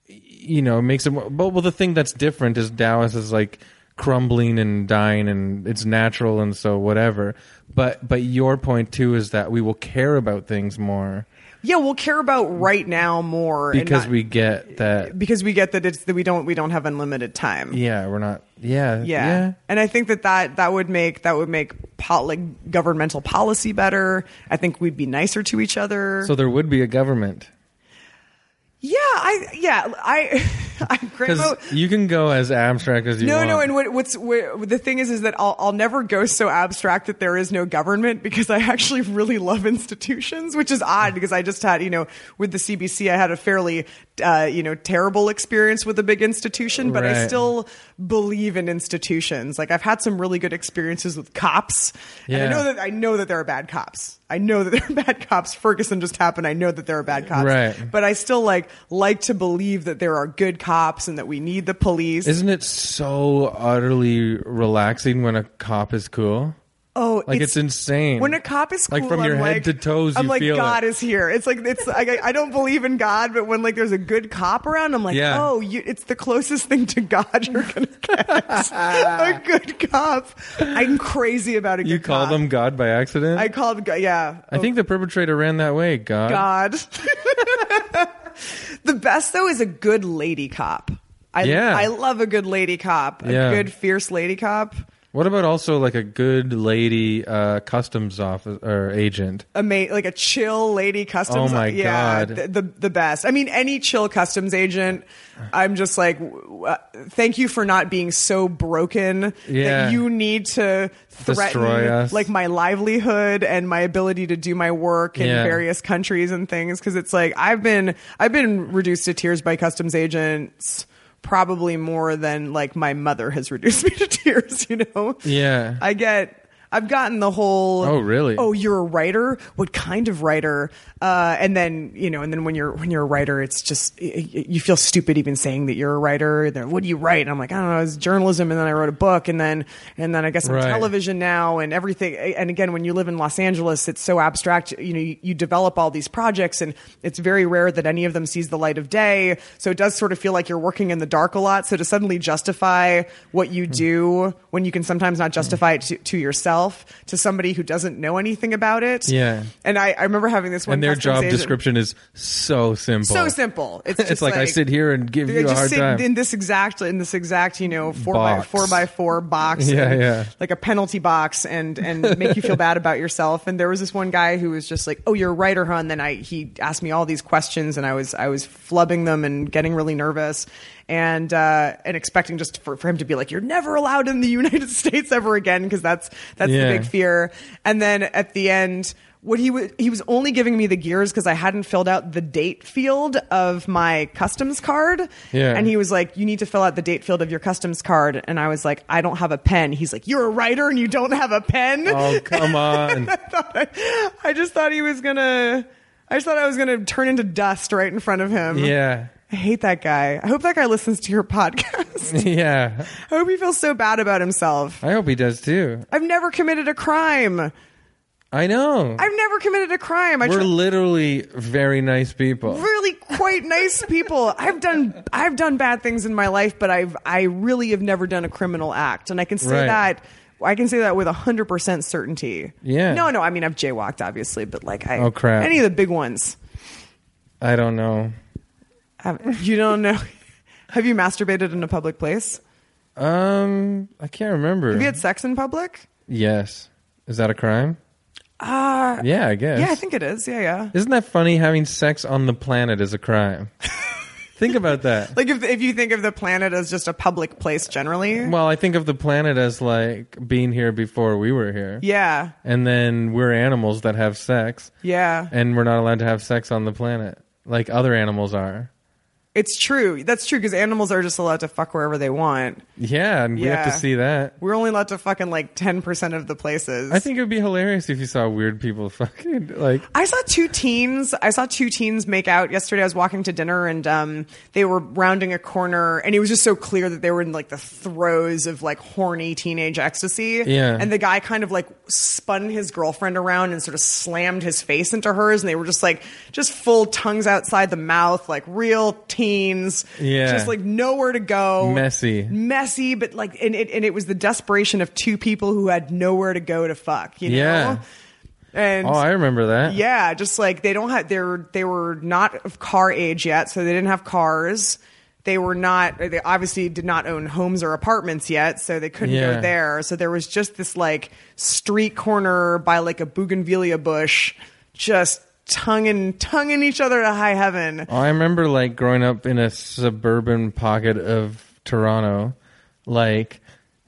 you know, it makes it more. But well, the thing that's different is Dallas is like crumbling and dying, and it's natural, and so whatever. But but your point too is that we will care about things more yeah, we'll care about right now more and because not- we get that. because we get that it's that we don't we don't have unlimited time. Yeah, we're not. Yeah, Yeah. And I think that, that that would make that would make pol- like governmental policy better. I think we'd be nicer to each other. So there would be a government yeah, I yeah, I I Grandma- because you can go as abstract as you No, want. no, and what, what's what, the thing is, is that I'll, I'll never go so abstract that there is no government because I actually really love institutions, which is odd because I just had, you know, with the CBC, I had a fairly, uh, you know, terrible experience with a big institution, but I Right. still believe in institutions. Like I've had some really good experiences with cops, and I Yeah. know that I know that there are bad cops. I know that there are bad cops. Ferguson just happened. I know that there are bad cops, Right. but I still like like to believe that there are good cops and that we need the police. Isn't it so utterly relaxing when a cop is cool? Oh, Like it's, insane. When a cop is cool, like from your I'm head like- to toes, I'm you like feel God it. is here. It's like it's like, I, I don't believe in God, but when like there's a good cop around, I'm like, Yeah. oh, you, it's the closest thing to God you're gonna get. a good cop. I'm crazy about a good you call cop. them God by accident. I called. go- Yeah. I think the perpetrator ran that way. God. God. the best though is a good lady cop. I Yeah. I love a good lady cop. A Yeah. good fierce lady cop. What about also like a good lady uh, customs office or agent? ama- like a chill lady customs. Oh my yeah, God. th- the, the best. I mean, any chill customs agent. I'm just like, w- w- thank you for not being so broken Yeah. that you need to threaten Destroy us. like my livelihood and my ability to do my work in Yeah. various countries and things. Because it's like I've been I've been reduced to tears by customs agents. Probably more than like my mother has reduced me to tears, you know? Yeah. I get. I've gotten the whole. Oh, really? Oh, you're a writer. What kind of writer? Uh, and then you know, and then when you're when you're a writer, it's just y- y- you feel stupid even saying that you're a writer. They're, what do you write? And I'm like, I don't know. It's journalism, and then I wrote a book, and then and then I guess I'm Right. television now, and everything. And again, when you live in Los Angeles, it's so abstract. You know, you, you develop all these projects, and it's very rare that any of them sees the light of day. So it does sort of feel like you're working in the dark a lot. So to suddenly justify what you Hmm. do when you can sometimes not justify it to, to yourself to somebody who doesn't know anything about it. Yeah. And I, I remember having this one. and their customs job agent- description is so simple. So simple. It's, It's, just like, I sit here and give I you a just hard sit time. in this exact in this exact you know four by Box. four by four box Yeah, and, yeah. like a penalty box and and make you feel bad about yourself and there was this one guy who was just like oh you're a writer huh and then I he asked me all these questions and I was I was flubbing them and getting really nervous and uh, and expecting just for, for him to be like you're never allowed in the United States ever again because that's that's Yeah. the big fear and then at the end what he was he was only giving me the gears because I hadn't filled out the date field of my customs card. Yeah. And he was like, "You need to fill out the date field of your customs card." And I was like, "I don't have a pen." He's like, "You're a writer and you don't have a pen." Oh come on! I just thought he was gonna. I just thought I was gonna turn into dust right in front of him. yeah, I hate that guy. I hope that guy listens to your podcast. yeah. I hope he feels so bad about himself. I hope he does too. I've never committed a crime. I've I know. never committed a crime. I We're tr- literally very nice people. really quite nice people. I've done I've done bad things in my life, but I've I really have never done a criminal act, and I can say Right. that I can say that with hundred percent certainty. Yeah. No, no. I mean, I've jaywalked, obviously, but like, I, Oh, crap. Any of the big ones. I don't know. Um, you don't know. Have you masturbated in a public place? Um, I can't remember. Have you had sex in public? yes. Is that a crime? Uh, Yeah, I guess. yeah, I think it is. Yeah, yeah. Isn't that funny? Having sex on the planet is a crime. think about that. Like if if you think of the planet as just a public place generally, Well, I think of the planet as like being here before we were here. yeah, And then we're animals that have sex, yeah, and we're not allowed to have sex on the planet like other animals are. it's true. That's true because animals are just allowed to fuck wherever they want. Yeah, and we have to Yeah. see that. We're only allowed to fucking like ten percent of the places. I think it would be hilarious if you saw weird people fucking like I saw two teens. I saw two teens make out yesterday. I was walking to dinner and um, they were rounding a corner, and it was just so clear that they were in like the throes of like horny teenage ecstasy. Yeah. And the guy kind of like spun his girlfriend around and sort of slammed his face into hers, and they were just like just full tongues outside the mouth, like real teens. Yeah. Just like nowhere to go. messy. Messy, but like, and it and it was the desperation of two people who had nowhere to go to fuck. You know. Yeah. And Oh, I remember that. yeah, just like they don't have they were they were not of car age yet, so they didn't have cars. They were not they obviously did not own homes or apartments yet, so they couldn't Yeah. go there. So there was just this like street corner by like a bougainvillea bush, just tonguing tonguing each other to high heaven. I remember like growing up in a suburban pocket of Toronto, like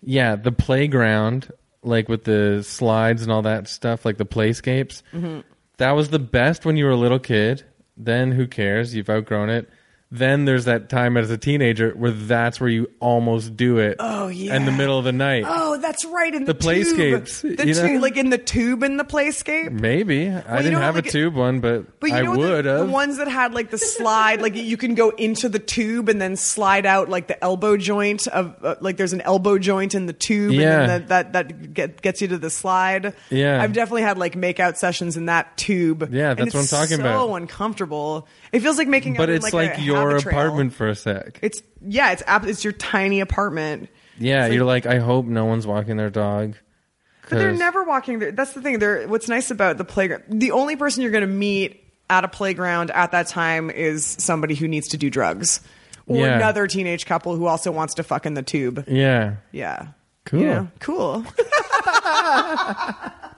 yeah, the playground, like with the slides and all that stuff, like the playscapes. Mm-hmm. That was the best when you were a little kid. Then who cares? You've outgrown it. Then there's that time as a teenager where that's where you almost do it. Oh, yeah. In the middle of the night. Oh, that's right in the, The playscapes, tube. The you know? tu- like in the tube in the playscape. Maybe. I didn't don't have a like it- tube one, but, But you I know the- would the, have. ones that had like the slide, like you can go into the tube and then slide out like the elbow joint of uh, like there's an elbow joint in the tube, Yeah. and then that that, that get, gets you to the slide. Yeah. I've definitely had like makeout sessions in that tube. Yeah, And that's what it's I'm talking so about. uncomfortable. It feels like making, out but in, it's like, like, a your habit trail. apartment for a sec. It's yeah, it's ab- it's your tiny apartment. Yeah, you're like, I hope no one's walking their dog. But they're 'cause- never walking there. That's the thing. They're, what's nice about the playground, the only person you're going to meet at a playground at that time is somebody who needs to do drugs or Yeah. another teenage couple who also wants to fuck in the tube. Yeah, Yeah. Cool. You know, cool.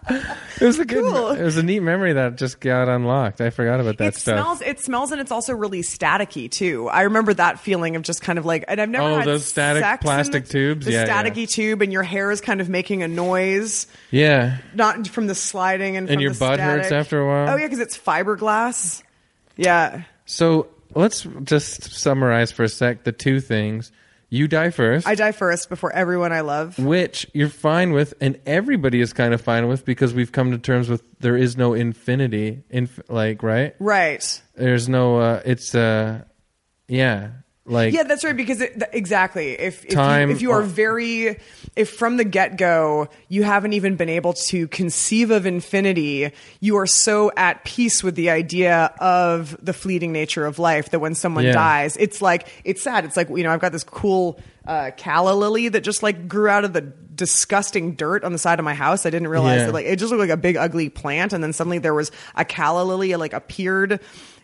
it was a good. Cool. It was a neat memory that just got unlocked. I forgot about that it stuff. smells. It smells, and it's also really staticky too. I remember that feeling of just kind of like, and I've never Oh, had those static sex in plastic the, tubes? The Yeah, yeah. staticky tube, and your hair is kind of making a noise, yeah, not from the sliding and, And from your the butt hurts static. after a while? Oh yeah, because it's fiberglass. Yeah. so let's just summarize for a sec the two things. You die first, I die first before everyone I love. which you're fine with, and everybody is kind of fine with because we've come to terms with there is no infinity. Inf- like right, Right. there's no. Uh, it's uh, yeah, like Yeah, that's right. Because it, th- exactly, if if Time- you, if you are uh, very, if from the get go you haven't even been able to conceive of infinity, you are so at peace with the idea of the fleeting nature of life that when someone Yeah. dies, it's like it's sad. It's like you know I've got this cool uh, calla lily that just like grew out of the disgusting dirt on the side of my house. I didn't realize Yeah. that like it just looked like a big ugly plant, and then suddenly there was a calla lily like appeared.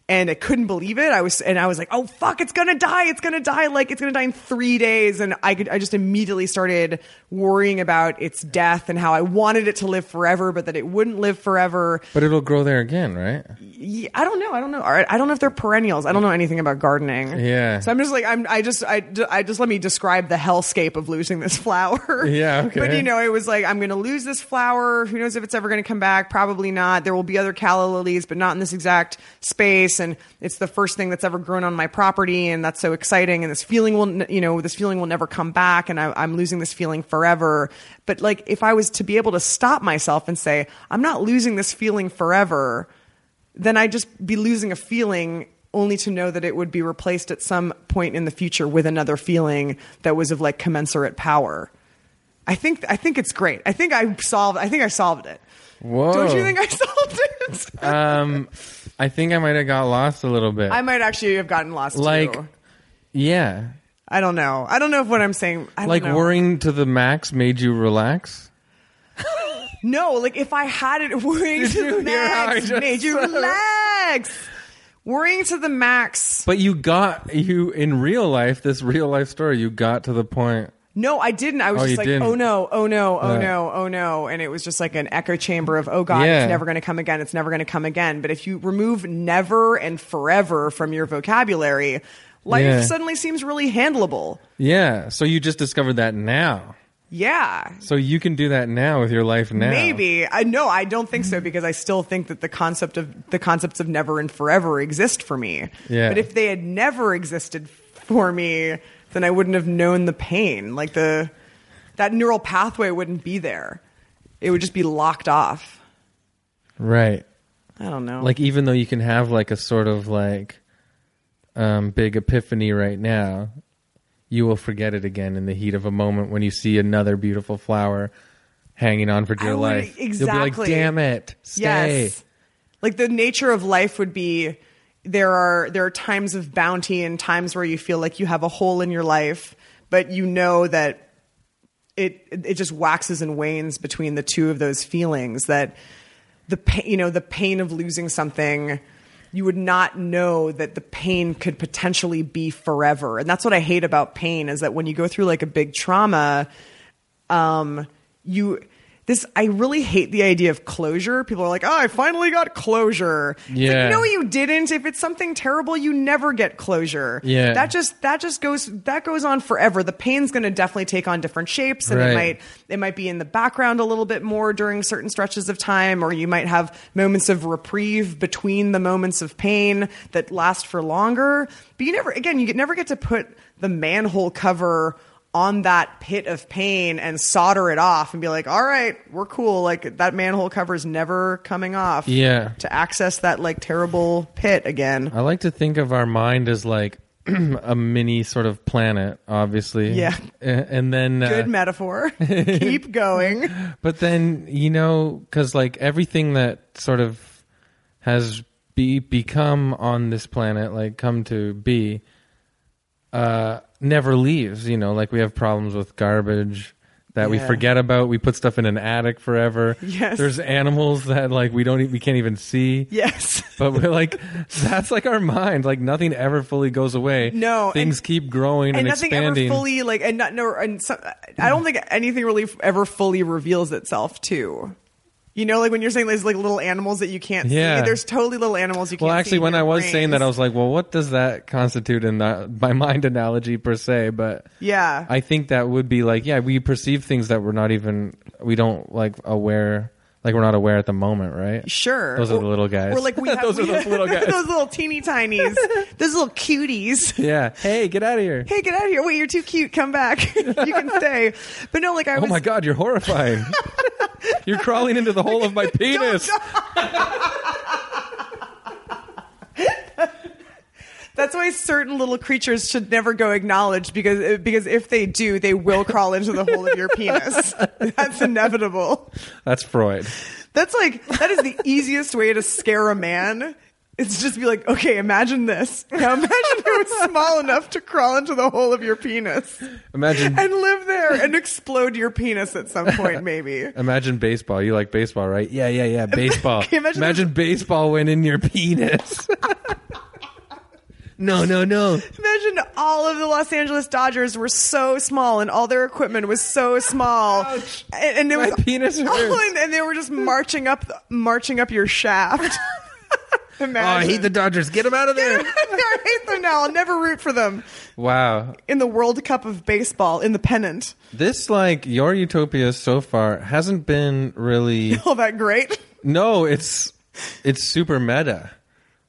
and I couldn't believe it. I was and I was like, "Oh fuck, it's going to die. It's going to die like it's going to die in 3 days." And I could I just immediately started worrying about its death and how I wanted it to live forever, but that it wouldn't live forever. But it'll grow there again, right? Ye- I don't know. I don't know. All right, I don't know if they're perennials. I don't know anything about gardening. Yeah. So I'm just like I'm. I just I, d- I just let me describe the hellscape of losing this flower. Yeah, okay. But you know, it was like I'm going to lose this flower. Who knows if it's ever going to come back? Probably not. There will be other calla lilies, but not in this exact space. And it's the first thing that's ever grown on my property, and that's so exciting. And this feeling will, n- you know, this feeling will never come back, and I, I'm losing this feeling forever. But like, if I was to be able to stop myself and say, I'm not losing this feeling forever then I'd just be losing a feeling only to know that it would be replaced at some point in the future with another feeling that was of like commensurate power. I think I think it's great. I think I solved I think I solved it. Whoa. Don't you think I solved it? um, I think I might have got lost a little bit. I might actually have gotten lost like, too. yeah, I don't know. I don't know if what I'm saying I don't like know. worrying to the max made you relax. No, like if I had it worrying Did you to the hear how I max just made you relax. Worrying to the max But you got you in real life. This real life story, you got to the point. No, I didn't. I was Oh, you just like, didn't. oh no, oh no, oh Yeah. no, oh no. And it was just like an echo chamber of, oh God, Yeah. it's never going to come again. It's never going to come again. But if you remove never and forever from your vocabulary, life Yeah. suddenly seems really handleable. Yeah, so you just discovered that now. Yeah. So you can do that now with your life now. Maybe I no, I don't think so because I still think that the concept of the concepts of never and forever exist for me. Yeah. But if they had never existed for me, then I wouldn't have known the pain. Like the that neural pathway wouldn't be there. It would just be locked off. Right. I don't know. Like even though you can have like a sort of like um big epiphany right now, you will forget it again in the heat of a moment when you see another beautiful flower hanging on for dear would- life. You'll be exactly. like, "Damn it. Stay." Yes. Like the nature of life would be there are there are times of bounty and times where you feel like you have a hole in your life, but you know that it it just waxes and wanes between the two of those feelings that the pain, you know the pain of losing something you would not know that the pain could potentially be forever and that's what i hate about pain is that when you go through like a big trauma um, you this I really hate the idea of closure. People are like, "Oh, I finally got closure." It's like, Yeah. no, you didn't. If it's something terrible, you never get closure. Yeah. that just that just goes that goes on forever. The pain's going to definitely take on different shapes, and Right. it might it might be in the background a little bit more during certain stretches of time, or you might have moments of reprieve between the moments of pain that last for longer. But you never, again, you get, never get to put the manhole cover on that pit of pain and solder it off and be like, all right, we're cool. Like that manhole cover is never coming off. Yeah. To access that like terrible pit again. I like to think of our mind as like a mini sort of planet, obviously. Yeah. A- And then uh, Good metaphor. Keep going. But then you know, because like everything that sort of has be become on this planet, like come to be, uh, never leaves. You know, like we have problems with garbage that we Yeah. forget about. We put stuff in an attic forever. Yes. there's animals that like we don't e- we can't even see. Yes. But we're like, that's like our mind. Like nothing ever fully goes away. No, and- things keep growing and, and nothing expanding. ever fully like and not no and so, I don't think anything really ever fully reveals itself too. You know, like when you're saying there's like little animals that you can't Yeah. see. There's totally little animals you can't. Well, see actually, in when your I was saying that, I brains. was like, well, what does that constitute in the, my mind analogy per se? But yeah, I think that would be like, yeah, we perceive things that we're not even, we don't like aware, like we're not aware at the moment, right? sure. Those are the Or- little guys. Or like we have, those we are those have- little guys. those little teeny tinies, those little cuties. yeah. Hey, get out of here. Hey, get out of here! Wait, you're too cute. Come back. you can stay. But no, like I oh was. my God, you're horrifying. you're crawling into the hole of my penis. That's why certain little creatures should never go acknowledged because because if they do, they will crawl into the hole of your penis. That's inevitable. That's Freud. That's like that is the easiest way to scare a man. It's just be like, okay, imagine this. Now imagine it was small enough to crawl into the hole of your penis Imagine. and live there and explode your penis at some point, maybe. Imagine baseball. You like baseball, right? Yeah, yeah, yeah. Baseball. Can you imagine imagine baseball went in your penis. No, no, no. Imagine all of the Los Angeles Dodgers were so small and all their equipment was so small. Ouch. And, and it My was penis all hurts. in- and they were just marching up the- marching up your shaft. Oh, I Imagine. hate the Dodgers. Get them out of there. I hate them now. I'll never root for them. Wow. In the World Cup of baseball, in the pennant. This, like, your utopia so far hasn't been really. All that great. No, it's it's super meta.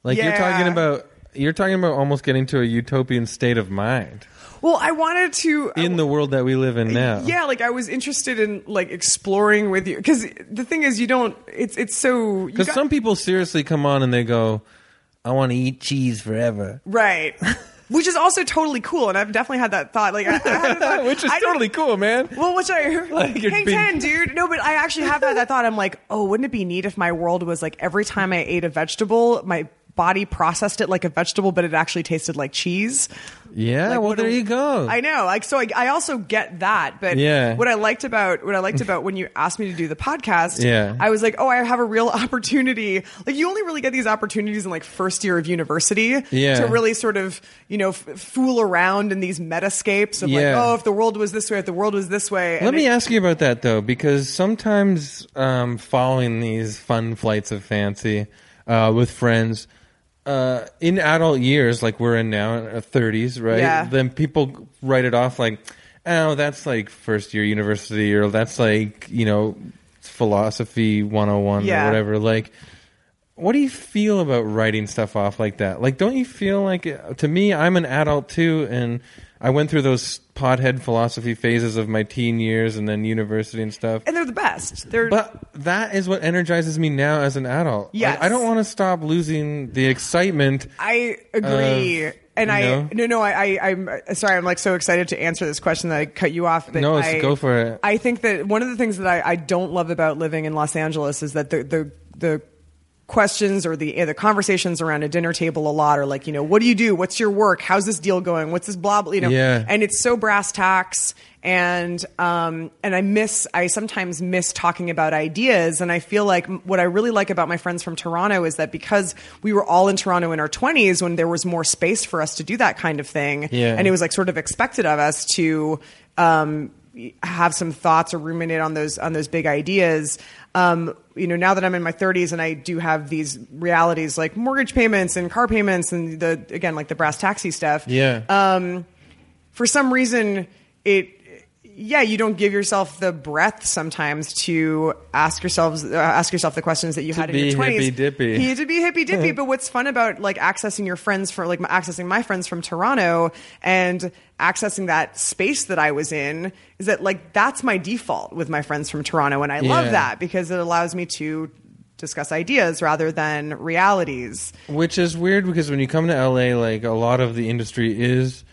Like you're Yeah. talking about you're talking about almost getting to a utopian state of mind Well, I wanted to in the world that we live in now. yeah like i was interested in like exploring with you because the thing is you don't it's it's so you Because got- some people seriously come on and they go, "I want to eat cheese forever," right which is also totally cool and i've definitely had that thought like i, I had a thought, which is I don't- totally cool, man. well, which I Like, you're hang being- ten, dude. No, but I actually have had that thought. I'm like, oh, wouldn't it be neat if my world was like every time I ate a vegetable, my body processed it like a vegetable, but it actually tasted like cheese. Yeah. Like, well, what do there we- you go. I know. Like, so I, I also get that, but Yeah. what I liked about what I liked about when you asked me to do the podcast, Yeah. I was like, oh, I have a real opportunity. Like, you only really get these opportunities in like first year of university Yeah. to really sort of you know f- fool around in these metascapes of like, Yeah. oh, if the world was this way, if the world was this way. Let And me it- ask you about that though, because sometimes um, following these fun flights of fancy uh, with friends uh, in adult years, like we're in now, in our thirties, right? Yeah. Then people write it off like, "Oh, that's like first year university, or that's like you know philosophy one hundred and one, Yeah. or whatever." Like. What do you feel about writing stuff off like that? Like, don't you feel like, to me, I'm an adult too, and I went through those pothead philosophy phases of my teen years and then university and stuff. and they're the best. They're But that is what energizes me now as an adult. Yes. Like, I don't want to stop losing the excitement. I agree. Of, and you I know? no no I, I I'm uh, sorry I'm like so excited to answer this question that I cut you off. But No, it's- I, go for it. I think that one of the things that I, I don't love about living in Los Angeles is that the the the questions or the the conversations around a dinner table a lot are like you know what do you do what's your work how's this deal going what's this blah blah you know Yeah. and it's so brass tacks and um and i miss i sometimes miss talking about ideas and i feel like m- what i really like about my friends from toronto is that because we were all in toronto in our 20s when there was more space for us to do that kind of thing Yeah. and it was like sort of expected of us to um have some thoughts or ruminate on those on those big ideas um you know now that i'm in my 30s and i do have these realities like mortgage payments and car payments and the again like the brass taxi stuff Yeah. for some reason it yeah you don't give yourself the breath sometimes to ask yourselves uh, ask yourself the questions that you had in be your 20s hippy-dippy. Yeah, to be hippy dippy but what's fun about like accessing your friends from like accessing my friends from toronto and accessing that space that i was in is that like that's my default with my friends from toronto and i Yeah. love that because it allows me to discuss ideas rather than realities Which is weird because when you come to LA, like a lot of the industry is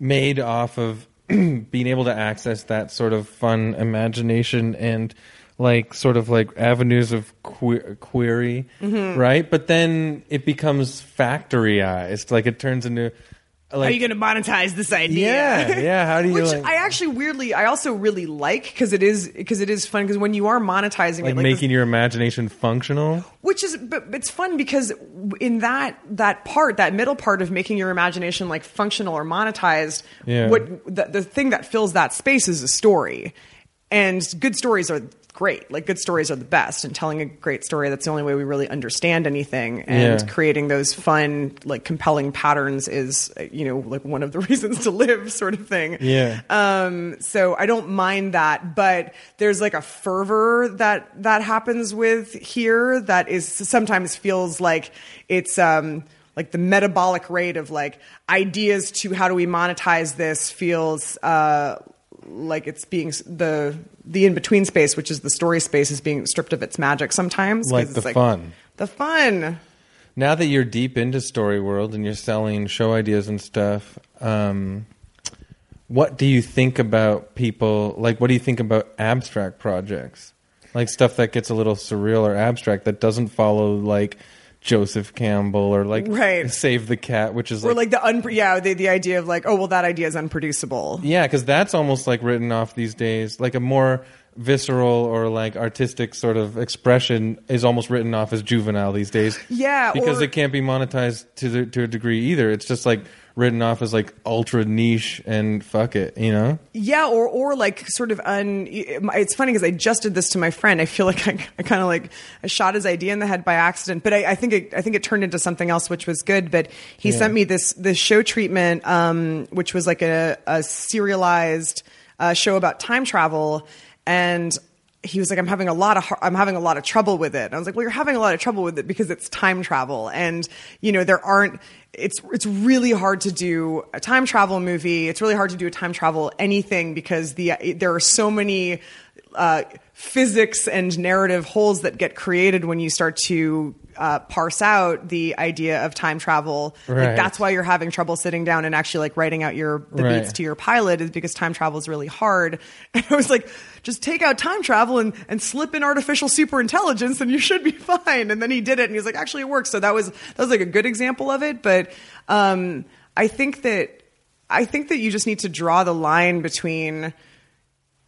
made off of being able to access that sort of fun imagination and like sort of like avenues of que- query, right? But then it becomes factoryized. Like it turns into like going to monetize this idea? Yeah, yeah, how do you, Which like- I actually weirdly, I also really like because it is because it is fun because when you are monetizing like it, like this- making your imagination functional. which is but but it's fun because in that that part that middle part of making your imagination like functional or monetized Yeah. what the, the thing that fills that space is a story and good stories are great like good stories are the best and telling a great story that's the only way we really understand anything and Yeah. creating those fun like compelling patterns is uh, you know like one of the reasons to live sort of thing Yeah. um, so I don't mind that, but there's like a fervor that that happens with here that is sometimes feels like it's um like the metabolic rate of like ideas to how do we monetize this feels uh like it's being s- the the in between space, which is the story space, is being stripped of its magic sometimes. 'cause Like it's the fun. the fun. now that you're deep into story world and you're selling show ideas and stuff um, what do you think about people like what do you think about abstract projects like stuff that gets a little surreal or abstract that doesn't follow like joseph campbell or like Right. save the cat which is Or like, like the un yeah the, the idea of like oh well that idea is unproducible yeah because that's almost like written off these days like a more visceral or like artistic sort of expression is almost written off as juvenile these days. Yeah, because or- it can't be monetized to the, to a degree either. It's just like written off as like ultra niche and fuck it, you know. Yeah, or or like sort of un. It's funny because I just did this to my friend. I feel like I, I kind of like I shot his idea in the head by accident, but I, I think it, I think it turned into something else, which was good. But he Yeah. sent me this this show treatment, um, which was like a, a serialized uh, show about time travel, and he was like, "I'm having a lot of har- I'm having a lot of trouble with it." And I was like, "Well, you're having a lot of trouble with it because it's time travel, and you know there aren't. It's it's really hard to do a time travel movie. It's really hard to do a time travel anything because the there are so many." Uh, physics and narrative holes that get created when you start to uh, parse out the idea of time travel Right. like that's why you're having trouble sitting down and actually like writing out your the Right. beats to your pilot is because time travel is really hard. And I was like, just take out time travel and, and slip in artificial super intelligence and you should be fine. And then he did it and he was like, actually it works. So that was that was like a good example of it. But um I think that I think that you just need to draw the line between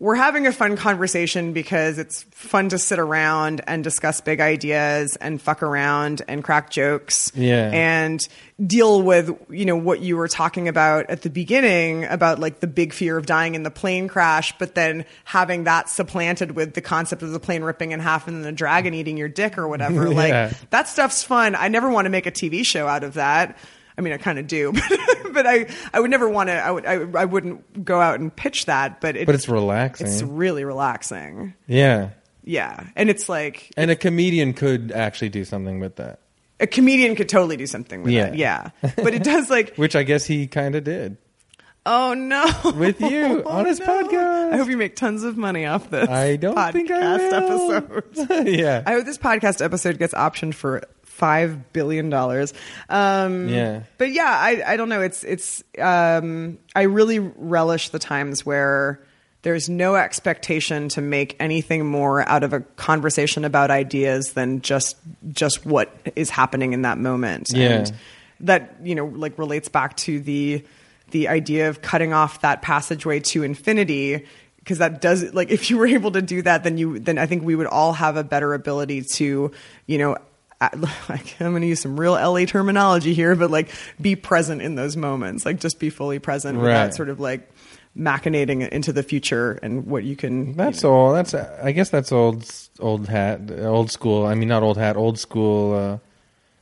we're having a fun conversation because it's fun to sit around and discuss big ideas and fuck around and crack jokes Yeah. and deal with you know what you were talking about at the beginning about like the big fear of dying in the plane crash but then having that supplanted with the concept of the plane ripping in half and then the dragon eating your dick or whatever Yeah. like that stuff's fun i never want to make a tv show out of that i mean i kind of do but, but i i would never want to i would I, I wouldn't go out and pitch that but it, But it's relaxing. it's really relaxing yeah. yeah and it's like And a comedian could actually do something with that, a comedian could totally do something with Yeah. it yeah but it does like which I guess he kind of did. Oh no! Oh, With you on his podcast. I hope you make tons of money off this. I don't podcast think I will. episode. yeah. I hope this podcast episode gets optioned for five billion dollars. Um, Yeah. but yeah, I, I don't know. It's it's um, I really relish the times where there's no expectation to make anything more out of a conversation about ideas than just just what is happening in that moment. Yeah. And that you know like relates back to the the idea of cutting off that passageway to infinity because that does like if you were able to do that then you then I think we would all have a better ability to you know at- like I'm going to use some real LA terminology here but like be present in those moments like just be fully present Right. without sort of like machinating into the future and what you can That's all. That's I guess that's old old hat, old school. I mean, not old hat, old school. Uh,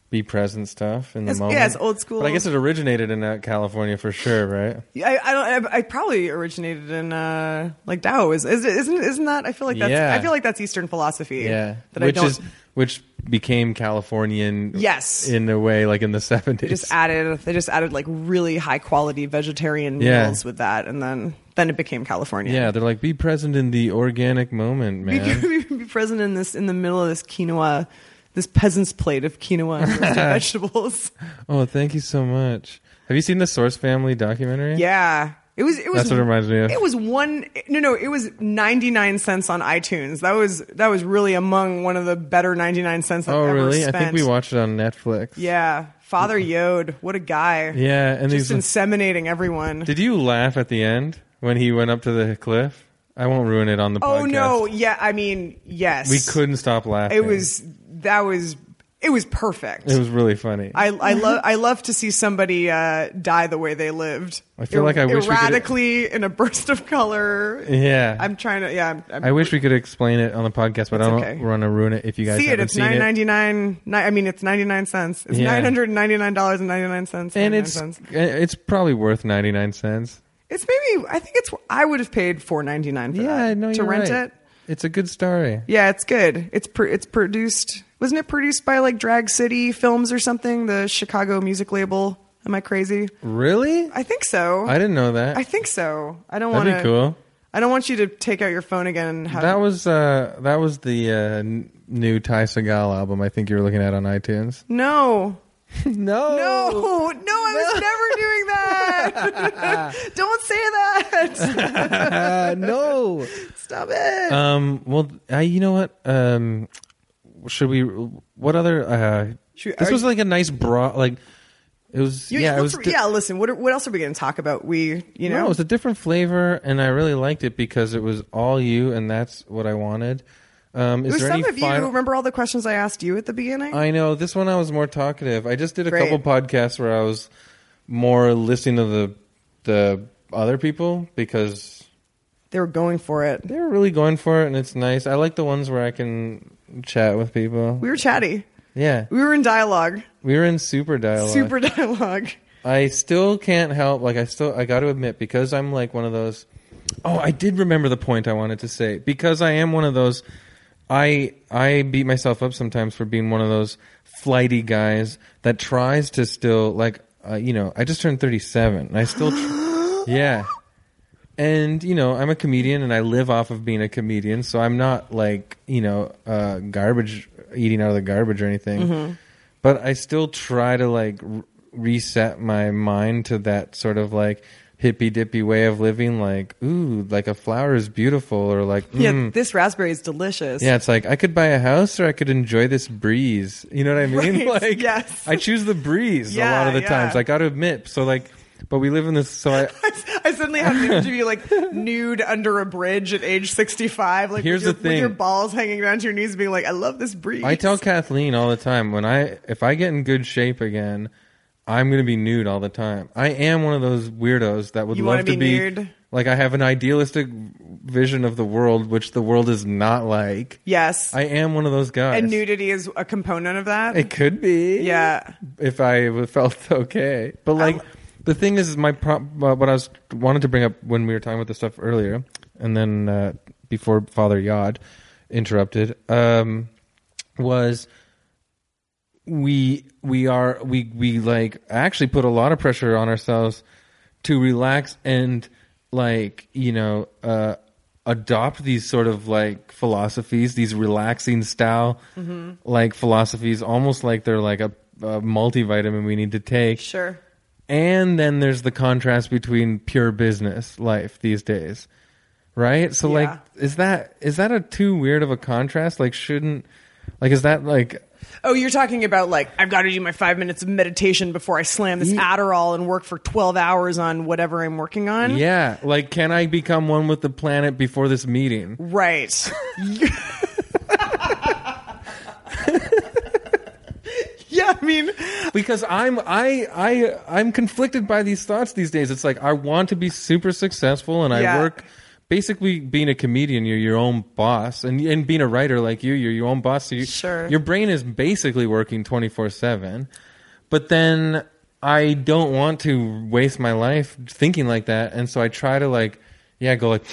be present stuff in the It's- yeah, moment. it's old school. But I guess it originated in uh, California for sure, right? Yeah, I, I don't. I, I probably originated in uh, like Taoism. Is, is, isn't isn't that? I feel like that's. Yeah. I feel like that's Eastern philosophy. Yeah, That which I don't. is which became Californian. Yes. in a way, like in the they just seventies. added. They just added like really high quality vegetarian Yeah. meals with that, and then then it became California. Yeah, they're like be present in the organic moment, man. Be, be present in this in the middle of this quinoa, this peasant's plate of quinoa and roasted vegetables. oh, thank you so much. Have you seen the Source Family documentary? Yeah. It was. It was. That's what it reminds me of. It was one. No, no. It was ninety nine cents on iTunes. That was that was really among one of the better ninety nine cents. I've Oh, ever really? Spent. I think we watched it on Netflix. Yeah, Father Yod, what a guy! Mm-hmm. Yeah, and just these. inseminating everyone. Did you laugh at the end when he went up to the cliff? I won't ruin it on the podcast. oh no, yeah, I mean, yes, We couldn't stop laughing. It was that was it was perfect. It was Mm-hmm. really funny. I, I love I love to see somebody uh, die the way they lived. I feel like I wish we could- erratically in a burst of color. yeah. I'm trying to yeah. I'm, I'm, I wish we could explain it on the podcast, but I don't okay. want to ruin it if you guys see it. haven't It's seen nine it. ninety nine. I mean, it's ninety nine cents. It's Yeah. nine hundred ninety nine dollars and ninety nine cents. And it's cents. it's probably worth ninety nine cents. It's maybe I think it's I would have paid four ninety nine for Yeah, that I know to you're rent right. it. It's a good story. Yeah, it's good. It's pr- it's produced. Wasn't it produced by like Drag City Films or something? The Chicago music label. Am I crazy? Really? I think so. I I, didn't know that. think so. I don't want That'd to. be cool. I don't want you to take out your phone again. And have, That was uh, that was the uh, n- new Ty Segall album. I think you were looking at on iTunes. no. no, No, no, I was never doing that. Don't say that. uh, no. Stop it. Um. Well, I, you know what? Um. Should we? What other? Uh, Should- this are was you- like a nice broad. Like It was You- yeah, it let's was re- di- yeah. Listen, what are- what else are we going to talk about? We, you know, No, it was a different flavor, and I really liked it because it was all you, and that's what I wanted. Um, is There there were some any of you final- Uh, remember all the questions I asked you at the beginning. I know this one. I was more talkative. I just did a Great. couple podcasts where I was more listening to the the other people because they were going for it. they were really going for it, and it's nice. I like the ones where I can chat with people. We were chatty. yeah, We were in dialogue, we were in super dialogue. super dialogue. I still can't help. Like I still, I got to admit because I'm like one of those. Oh, I did remember the point I wanted to say because I am one of those. I I beat myself up sometimes for being one of those flighty guys that tries to still like uh, you know I just turned 37 and I still tr- yeah and you know I'm a comedian and I live off of being a comedian so I'm not like you know uh, garbage eating out of the garbage or anything Mm-hmm. but I still try to like r- reset my mind to that sort of like hippy dippy way of living like ooh like a flower is beautiful or like Yeah, "Mm, this raspberry is delicious. yeah, it's like I could buy a house or I could enjoy this breeze. You know what I mean? Right, Like yes. I choose the breeze a Yeah, lot of the yeah. times. I got to admit. So like but we live in this so I I suddenly have an image of you like nude under a bridge at age 65. Like, Here's with your, the With your thing. balls hanging down to your knees, being like, I love this breeze. I tell Kathleen all the time when I if I get in good shape again, I'm going to be nude all the time. I am one of those weirdos that would You wanna love to be be nude? like I have an idealistic vision of the world which the world is not like. Yes. I am one of those guys. and nudity is a component of that. It could be. Yeah. If I felt okay. But like Um, the thing is my pro- uh, what I was wanted to bring up when we were talking about this stuff earlier and then uh, before Father Yod interrupted um was we we are we we like actually put a lot of pressure on ourselves to relax and like you know uh adopt these sort of like philosophies these relaxing style like philosophies almost like they're like a, a multivitamin we need to take Sure. and then there's the contrast between pure business life these days right so like is that is that a too weird of a contrast like shouldn't like is that like Oh, you're talking about like, I've got to do my five minutes of meditation before I slam this Adderall and work for 12 hours on whatever I'm working on? Yeah, like can I become one with the planet before this meeting? Right. yeah, I mean, Because I'm I I I'm conflicted by these thoughts these days. It's like I want to be super successful and I Yeah. work basically being a comedian you're your own boss and and being a writer like you you're your own boss so you, Sure. your brain is basically working 24/7. But then I don't want to waste my life thinking like that and so I try to like yeah go like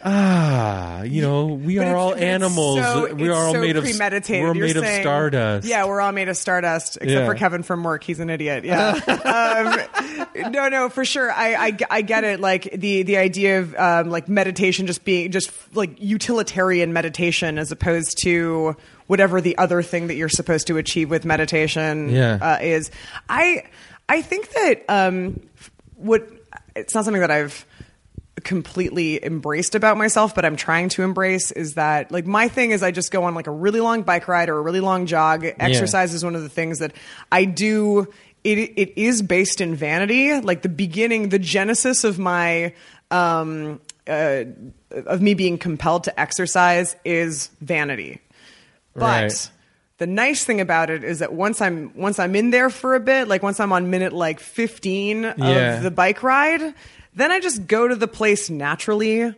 Ah, you know, we but are it's- all but it's animals. so- we it's are all so made of premeditated. we're You're made of saying- stardust. Yeah, we're all made of stardust, except Yeah. for Kevin from work. He's an idiot. Yeah. um, no, no, for sure. I, I, I get it. Like the the idea of um, like meditation just being just like utilitarian meditation as opposed to whatever the other thing that you're supposed to achieve with meditation Yeah. uh, is. I I think that um, what it's not something that I've completely embraced about myself, but I'm trying to embrace is that like my thing is I just go on like a really long bike ride or a really long jog. Exercise is one of the things that I do. It it is based in vanity. Like the beginning, the genesis of my um uh, of me being compelled to exercise is vanity. But Right. the nice thing about it is that once I'm once I'm in there for a bit, like once I'm on minute like 15 Yeah. of the bike ride, then I just go to the place naturally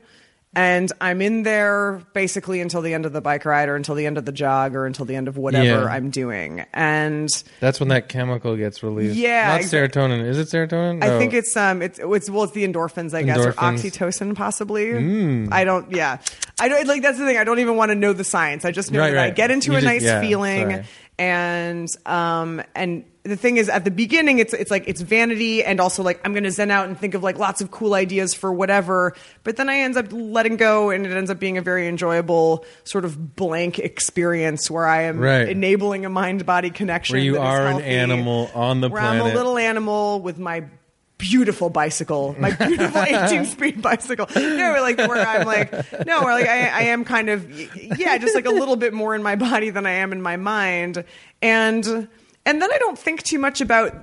and I'm in there basically until the end of the bike ride or until the end of the jog or until the end of whatever Yeah. I'm doing. And That's when that chemical gets released. Yeah, Not exa- serotonin. Is it serotonin? Oh. I No. think it's um it's it's well it's the endorphins I guess or Endorphins. Mm. oxytocin possibly. I don't yeah. I don't like that's the thing. I don't even want to know the science. I just know Right, that I right. get into You a just- nice yeah, feeling sorry. and um and the thing is at the beginning it's it's like it's vanity and also like I'm going to zen out and think of like lots of cool ideas for whatever, but then I ends up letting go and it ends up being a very enjoyable sort of blank experience where I am Right. enabling a mind body connection Where you that is are an healthy, animal on the where I'm planet. a little animal with my beautiful bicycle, my beautiful 18 speed bicycle. No, we're like where I'm like, no, we're like I, I am kind of, yeah, just like a little bit more in my body than I am in my mind, and and then I don't think too much about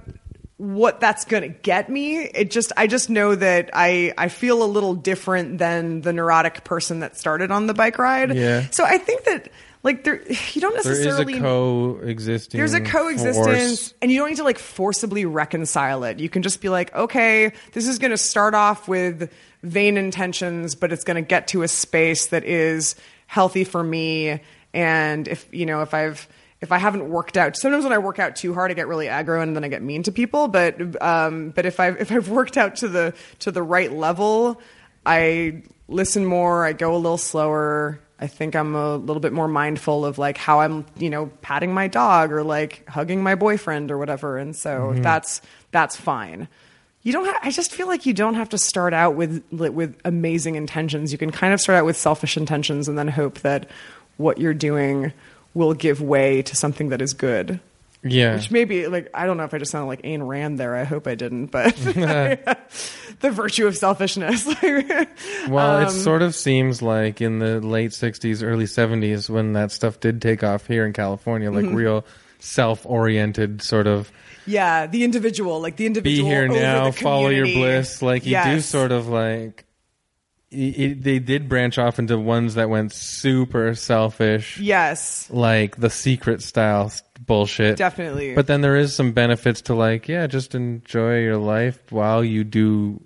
what that's going to get me. It just I just know that I I feel a little different than the neurotic person that started on the bike ride. Yeah. So I think that like there you don't There is a necessarily coexisting. there's a coexistence force. and you don't need to like forcibly reconcile it you can just be like okay this is going to start off with vain intentions but it's going to get to a space that is healthy for me and if you know if i've if I haven't worked out, sometimes when I work out too hard, I get really aggro and then I get mean to people. But um, but if I have if I've worked out to the to the right level, I listen more, I go a little slower. I think I'm a little bit more mindful of like how I'm, you know, patting my dog or like hugging my boyfriend or whatever. And so that's that's fine. You don't ha I just feel like you don't have to start out with with amazing intentions. You can kind of start out with selfish intentions and then hope that what you're doing will give way to something that is good. Yeah. Which maybe like I don't know if I just sounded like Ayn Rand there. I hope I didn't, but the virtue of selfishness. Well, um, it sort of seems like in the late 60s, early 70s, when that stuff did take off here in California, Mm-hmm. like real self oriented sort of Yeah, the individual, like the be individual. here over now, the follow your community. bliss. Like, you do Yes. sort of like. It, it- they did branch off into ones that went super selfish, Yes, like the secret style s- bullshit. definitely. But then there is some benefits to like, yeah, just enjoy your life while you do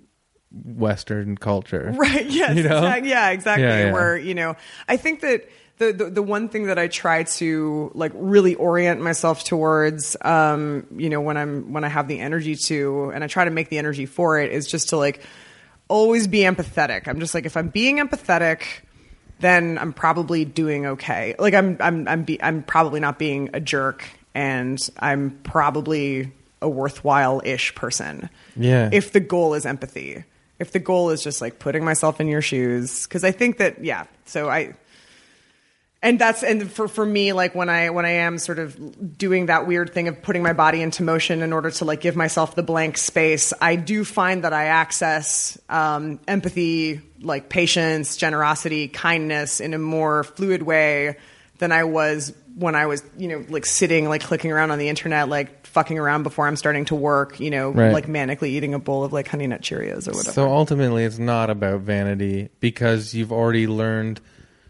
Western culture. right? Yes, You know? exact- yeah, exactly. Yeah, yeah. Where you know, I think that the, the the one thing that I try to like really orient myself towards, um, you know, when I'm when I have the energy to, and I try to make the energy for it, is just to like always be empathetic. I'm just like if I'm being empathetic. then I'm probably doing okay. Like I'm I'm I'm be, I'm probably not being a jerk and I'm probably a worthwhile-ish person. Yeah. If the goal is empathy. If the goal is just like putting myself in your shoes cuz I think that yeah, so I and that's and for for me like when i when i am sort of doing that weird thing of putting my body into motion in order to like give myself the blank space i do find that i access um, empathy like patience generosity kindness in a more fluid way than i was when i was you know like sitting like clicking around on the internet like fucking around before i'm starting to work you know Right. like manically eating a bowl of like honey nut cheerios or whatever So ultimately, it's not about vanity because you've already learned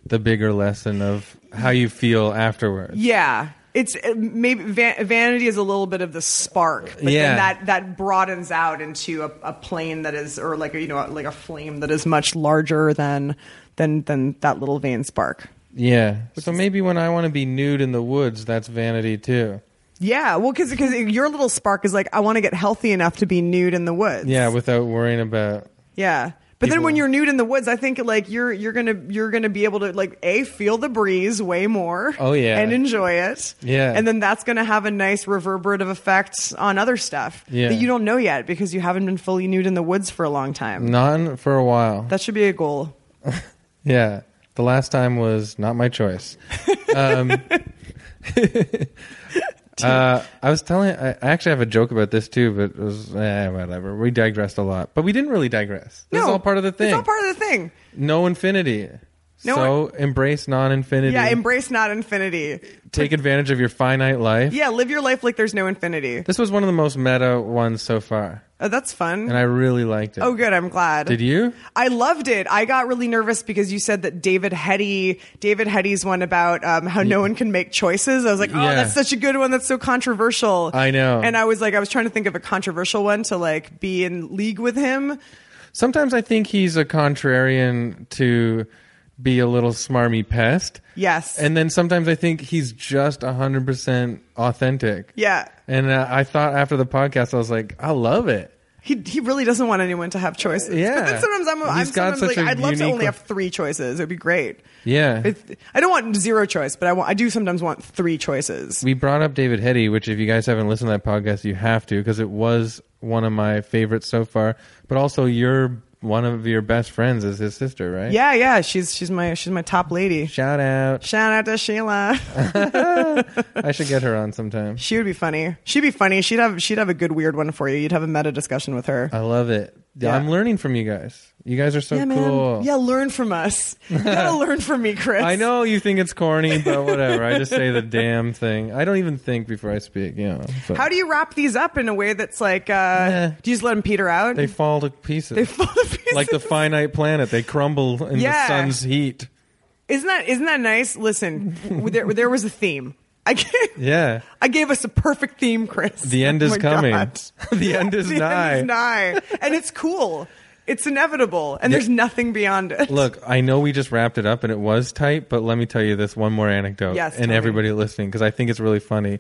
the bigger lesson of how you feel afterwards. Yeah. It's it- maybe van- vanity is a little bit of the spark, but Yeah. then that, that broadens out into a, a plane that is, or like a, you know, like a flame that is much larger than than than that little vain spark. Yeah. So maybe when I want to be nude in the woods, that's vanity too. Yeah, well, because your little spark is like, I want to get healthy enough to be nude in the woods. Yeah, without worrying about. Yeah. But then People- when you're nude in the woods, I think like you're you're gonna you're gonna be able to like a feel the breeze way more. Oh, yeah. and enjoy it. Yeah. and then that's gonna have a nice reverberative effect on other stuff Yeah. that you don't know yet because you haven't been fully nude in the woods for a long Mm. time. None for a while. That should be a goal. Yeah. The last time was not my choice. Um, uh, I was telling, I I actually have a joke about this too, but it was, eh, whatever. We digressed a lot, but we didn't really digress. This no, is all part of the thing. It's all part of the thing. no infinity. No so embrace non infinity. Yeah, embrace not infinity. Take advantage of your finite life. Yeah, live your life like there's no infinity. This was one of the most meta ones so far, Oh, that's fun. and I really liked it. oh, good. I'm glad. Did you? I loved it. I got really nervous because you said that David Hetty, David Hetty's one about um, how no one can make choices. I was like, oh, Yeah. that's such a good one. That's so controversial. I know. And I was like, I was trying to think of a controversial one to like be in league with him. Sometimes I think he's a contrarian to be a little smarmy pest. Yes. And then sometimes I think he's just 100% authentic. yeah. And uh, I thought after the podcast, I was like, I love it. He, he really doesn't want anyone to have choices. Yeah. But then sometimes I'm, I'm He's got sometimes such like, a I'd love to unique only one. have three choices. It would be great. Yeah. If, I don't want zero choice, but I, want, I do sometimes want three choices. we brought up David Hetty, which if you guys haven't listened to that podcast, you have to because it was one of my favorites so far. But also, your one of your best friends is his sister, right? Yeah, yeah. She's, she's, my, she's my top lady. Shout out! Shout out to Sheila. I should get her on sometime. Oh, She would be funny. She'd be funny. She'd have she'd have a good weird one for you. You'd have a meta discussion with her. I love it. Yeah. I'm learning from you guys. You guys are so yeah, man. cool. Yeah, learn from us. You gotta learn from me, Chris. I know you think it's corny, but whatever. I just say the damn thing. I don't even think before I speak. You know, but How do you wrap these up in a way that's like? Uh, Nah. Do you just let them peter out? they fall to pieces. They fall to pieces. like the finite planet. They crumble in Yeah. the sun's heat. isn't that isn't that nice? Listen, w- there there was a theme. I gave, Yeah. I gave us a perfect theme, Chris. The end Oh is my coming. God. the end is the nigh. end is nigh, and it's cool. It's inevitable, and Yeah. there's nothing beyond it. Look, I know we just wrapped it up and it was tight, but let me tell you this one more anecdote. Yes, and tell me. everybody listening, because I think it's really funny.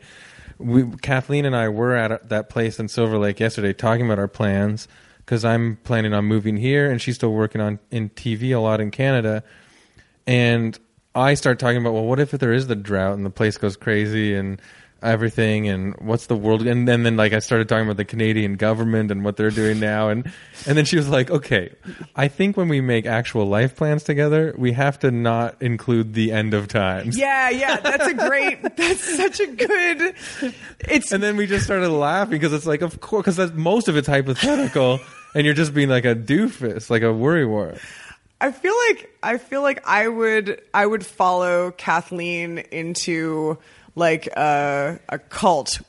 We, Kathleen and I were at that place in Silver Lake yesterday talking about our plans because I'm planning on moving here and she's still working on in TV a lot in Canada. And I start talking about, well, what if there is the drought and the place goes crazy and everything and what's the world and then, then like I started talking about the Canadian government and what they're doing now and and then she was like, Okay, I think when we make actual life plans together, we have to not include the end of times. Yeah, yeah, that's a great. That's such a good. It's And then we just started laughing because it's like, of course, because most of it's hypothetical, and you're just being like a doofus, like a worrywart. I feel like I feel like I would I would follow Kathleen into like a a cult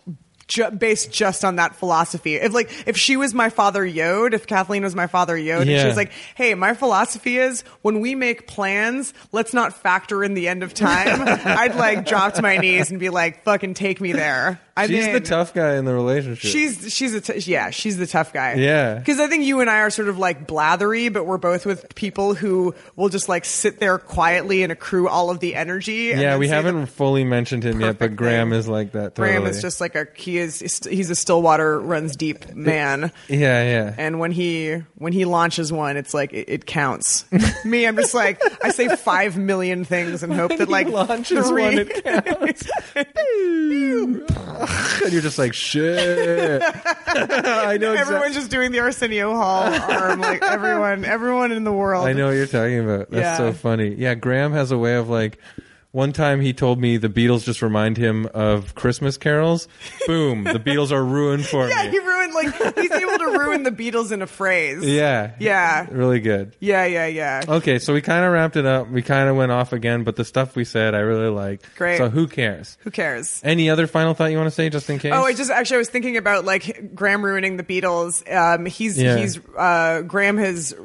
ju- based just on that philosophy. If like if she was my father Yod, if Kathleen was my father Yod, and Yeah. she was like, "Hey, my philosophy is when we make plans, let's not factor in the end of time." I'd like drop to my knees and be like, "Fucking take me there." I'm She's the in. tough guy in the relationship. She's she's a t- yeah she's the tough guy Yeah. because I think you and I are sort of like blathery but we're both with people who will just like sit there quietly and accrue all of the energy and yeah, then we say haven't that fully mentioned him yet, but perfect Graham thing. is like that. Totally. Graham is just like a he is he's a Stillwater runs deep man yeah, yeah. and when he when he launches one it's like it, it counts me I'm just like I say five million things and hope that like launches three, one, it counts and you're just like shit. I know exactly. everyone's just doing the Arsenio Hall arm like everyone everyone in the world I know what you're talking about. That's Yeah. so funny. Yeah, Graham has a way of like. One time he told me the Beatles just remind him of Christmas carols. Boom, the Beatles are ruined for Yeah, me. he ruined like he's able to ruin the Beatles in a phrase. yeah, Yeah. really good. Yeah, yeah, yeah. Okay, so we kind of wrapped it up. We kind of went off again, but the stuff we said I really liked. Great. So who cares? Who cares? Any other final thought you want to say, just in case? Oh, I just actually I was thinking about like Graham ruining the Beatles. Um, he's Yeah. he's uh, Graham has.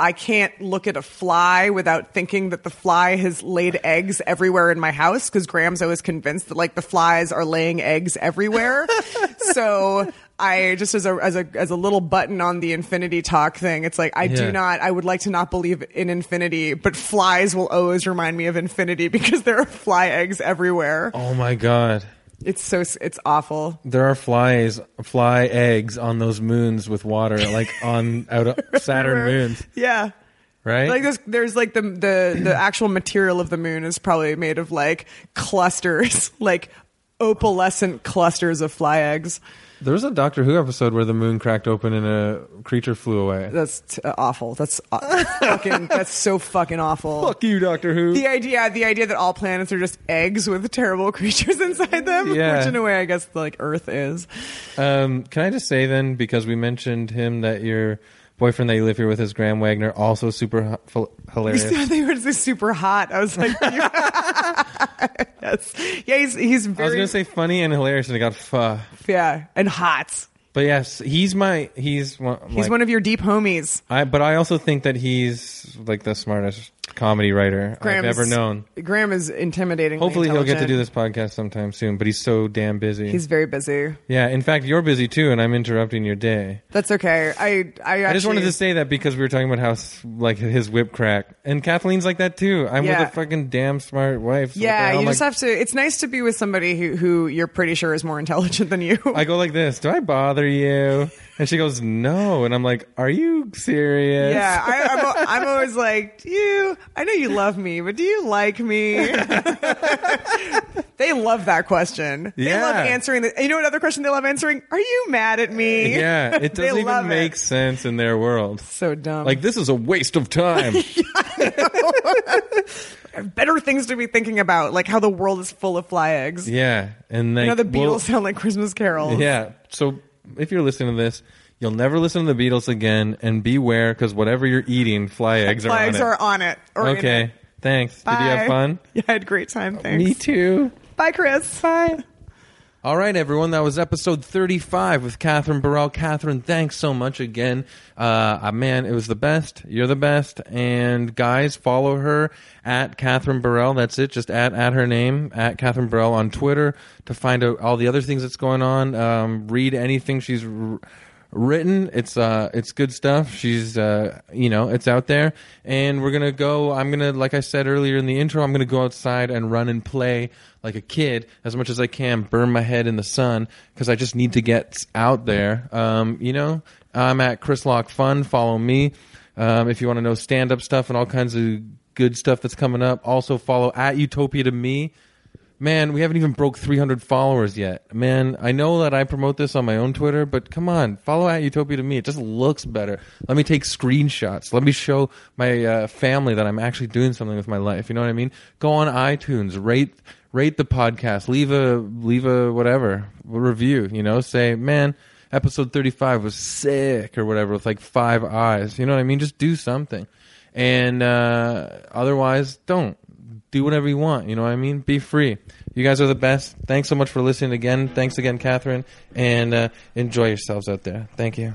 I can't look at a fly without thinking that the fly has laid eggs everywhere in my house because Graham's always convinced that like the flies are laying eggs everywhere. so I just as a as a as a little button on the infinity talk thing, it's like I Yeah. do not. I would like to not believe in infinity, but flies will always remind me of infinity because there are fly eggs everywhere. oh my god, It's so s- it's awful. there are flies, fly eggs on those moons with water, like on out of Saturn moons, Yeah. right? Like there's, there's like the the the actual material of the moon is probably made of like clusters, like opalescent clusters of fly eggs. there was a Doctor Who episode where the moon cracked open and a creature flew away. That's t- uh, awful. That's aw- fucking. That's so fucking awful. Fuck you, Doctor Who. The idea, the idea that all planets are just eggs with terrible creatures inside them, Yeah. which in a way I guess like Earth is. Um, can I just say then, because we mentioned him, that your boyfriend that you live here with is Graham Wagner, also super h- hilarious. they were just super hot. I was like, yes, yeah, he's he's I was very gonna say funny and hilarious, and it got fuh. yeah and hot. But yes, he's my he's one. He's like, one of your deep homies. I, but I also think that he's like the smartest comedy writer Graham's, I've ever known. Graham is intimidating. Hopefully, he'll get to do this podcast sometime soon. But he's so damn busy. He's very busy. yeah. In fact, you're busy too, and I'm interrupting your day. That's okay. I I, actually, I just wanted to say that because we were talking about how s- like his whip crack, and Kathleen's like that too. I'm Yeah. with a fucking damn smart wife. so what the Yeah, hell you am I- just have to. It's nice to be with somebody who who you're pretty sure is more intelligent than you. I go like this. Do I bother you? And she goes, No. And I'm like, Are you serious? yeah, I, I'm, al- I'm always like, do you? I know you love me, but do you like me? they love that question. They love Yeah. answering. The, you know, another question they love answering: Are you mad at me? Yeah, it They doesn't love even make it. sense in their world. so dumb. Like this is a waste of time. better things to be thinking about, like how the world is full of fly eggs. yeah, and like You know, the Beatles well, sound like Christmas carols. yeah, so if you're listening to this, you'll never listen to the Beatles again, and beware because whatever you're eating, fly eggs are Flags on are it. on it. or in okay, it. thanks. Did you Bye. have fun? Yeah, I had a great time. Thanks. Me too. Bye, Chris. Bye. All right, everyone. That was episode 35 with Catherine Burrell. Catherine, thanks so much again. Uh, uh, man, it was the best. You're the best. And guys, follow her at Catherine Burrell. That's it. Just at, at her name, at Catherine Burrell on Twitter to find out all the other things that's going on. Um, read anything she's r- written. It's uh, it's good stuff. She's uh, you know, it's out there, and we're gonna go. I'm gonna, like I said earlier in the intro, I'm gonna go outside and run and play like a kid as much as I can. Burn my head in the sun because I just need to get out there. Um, you know, I'm at Chris Lock Fun. Follow me um, if you want to know stand up stuff and all kinds of good stuff that's coming up. Also follow at Utopia to me. Man, we haven't even broke 300 followers yet. Man, I know that I promote this on my own Twitter, but come on, follow at Utopia to me. It just looks better. Let me take screenshots. Let me show my uh, family that I'm actually doing something with my life. You know what I mean? Go on iTunes, rate rate the podcast, leave a leave a whatever a review. You know, say man, episode 35 was sick or whatever with like five eyes. You know what I mean? Just do something, and uh, otherwise don't do whatever you want. You know what I mean? Be free. You guys are the best. Thanks so much for listening again. Thanks again, Catherine. And uh, enjoy yourselves out there. Thank you.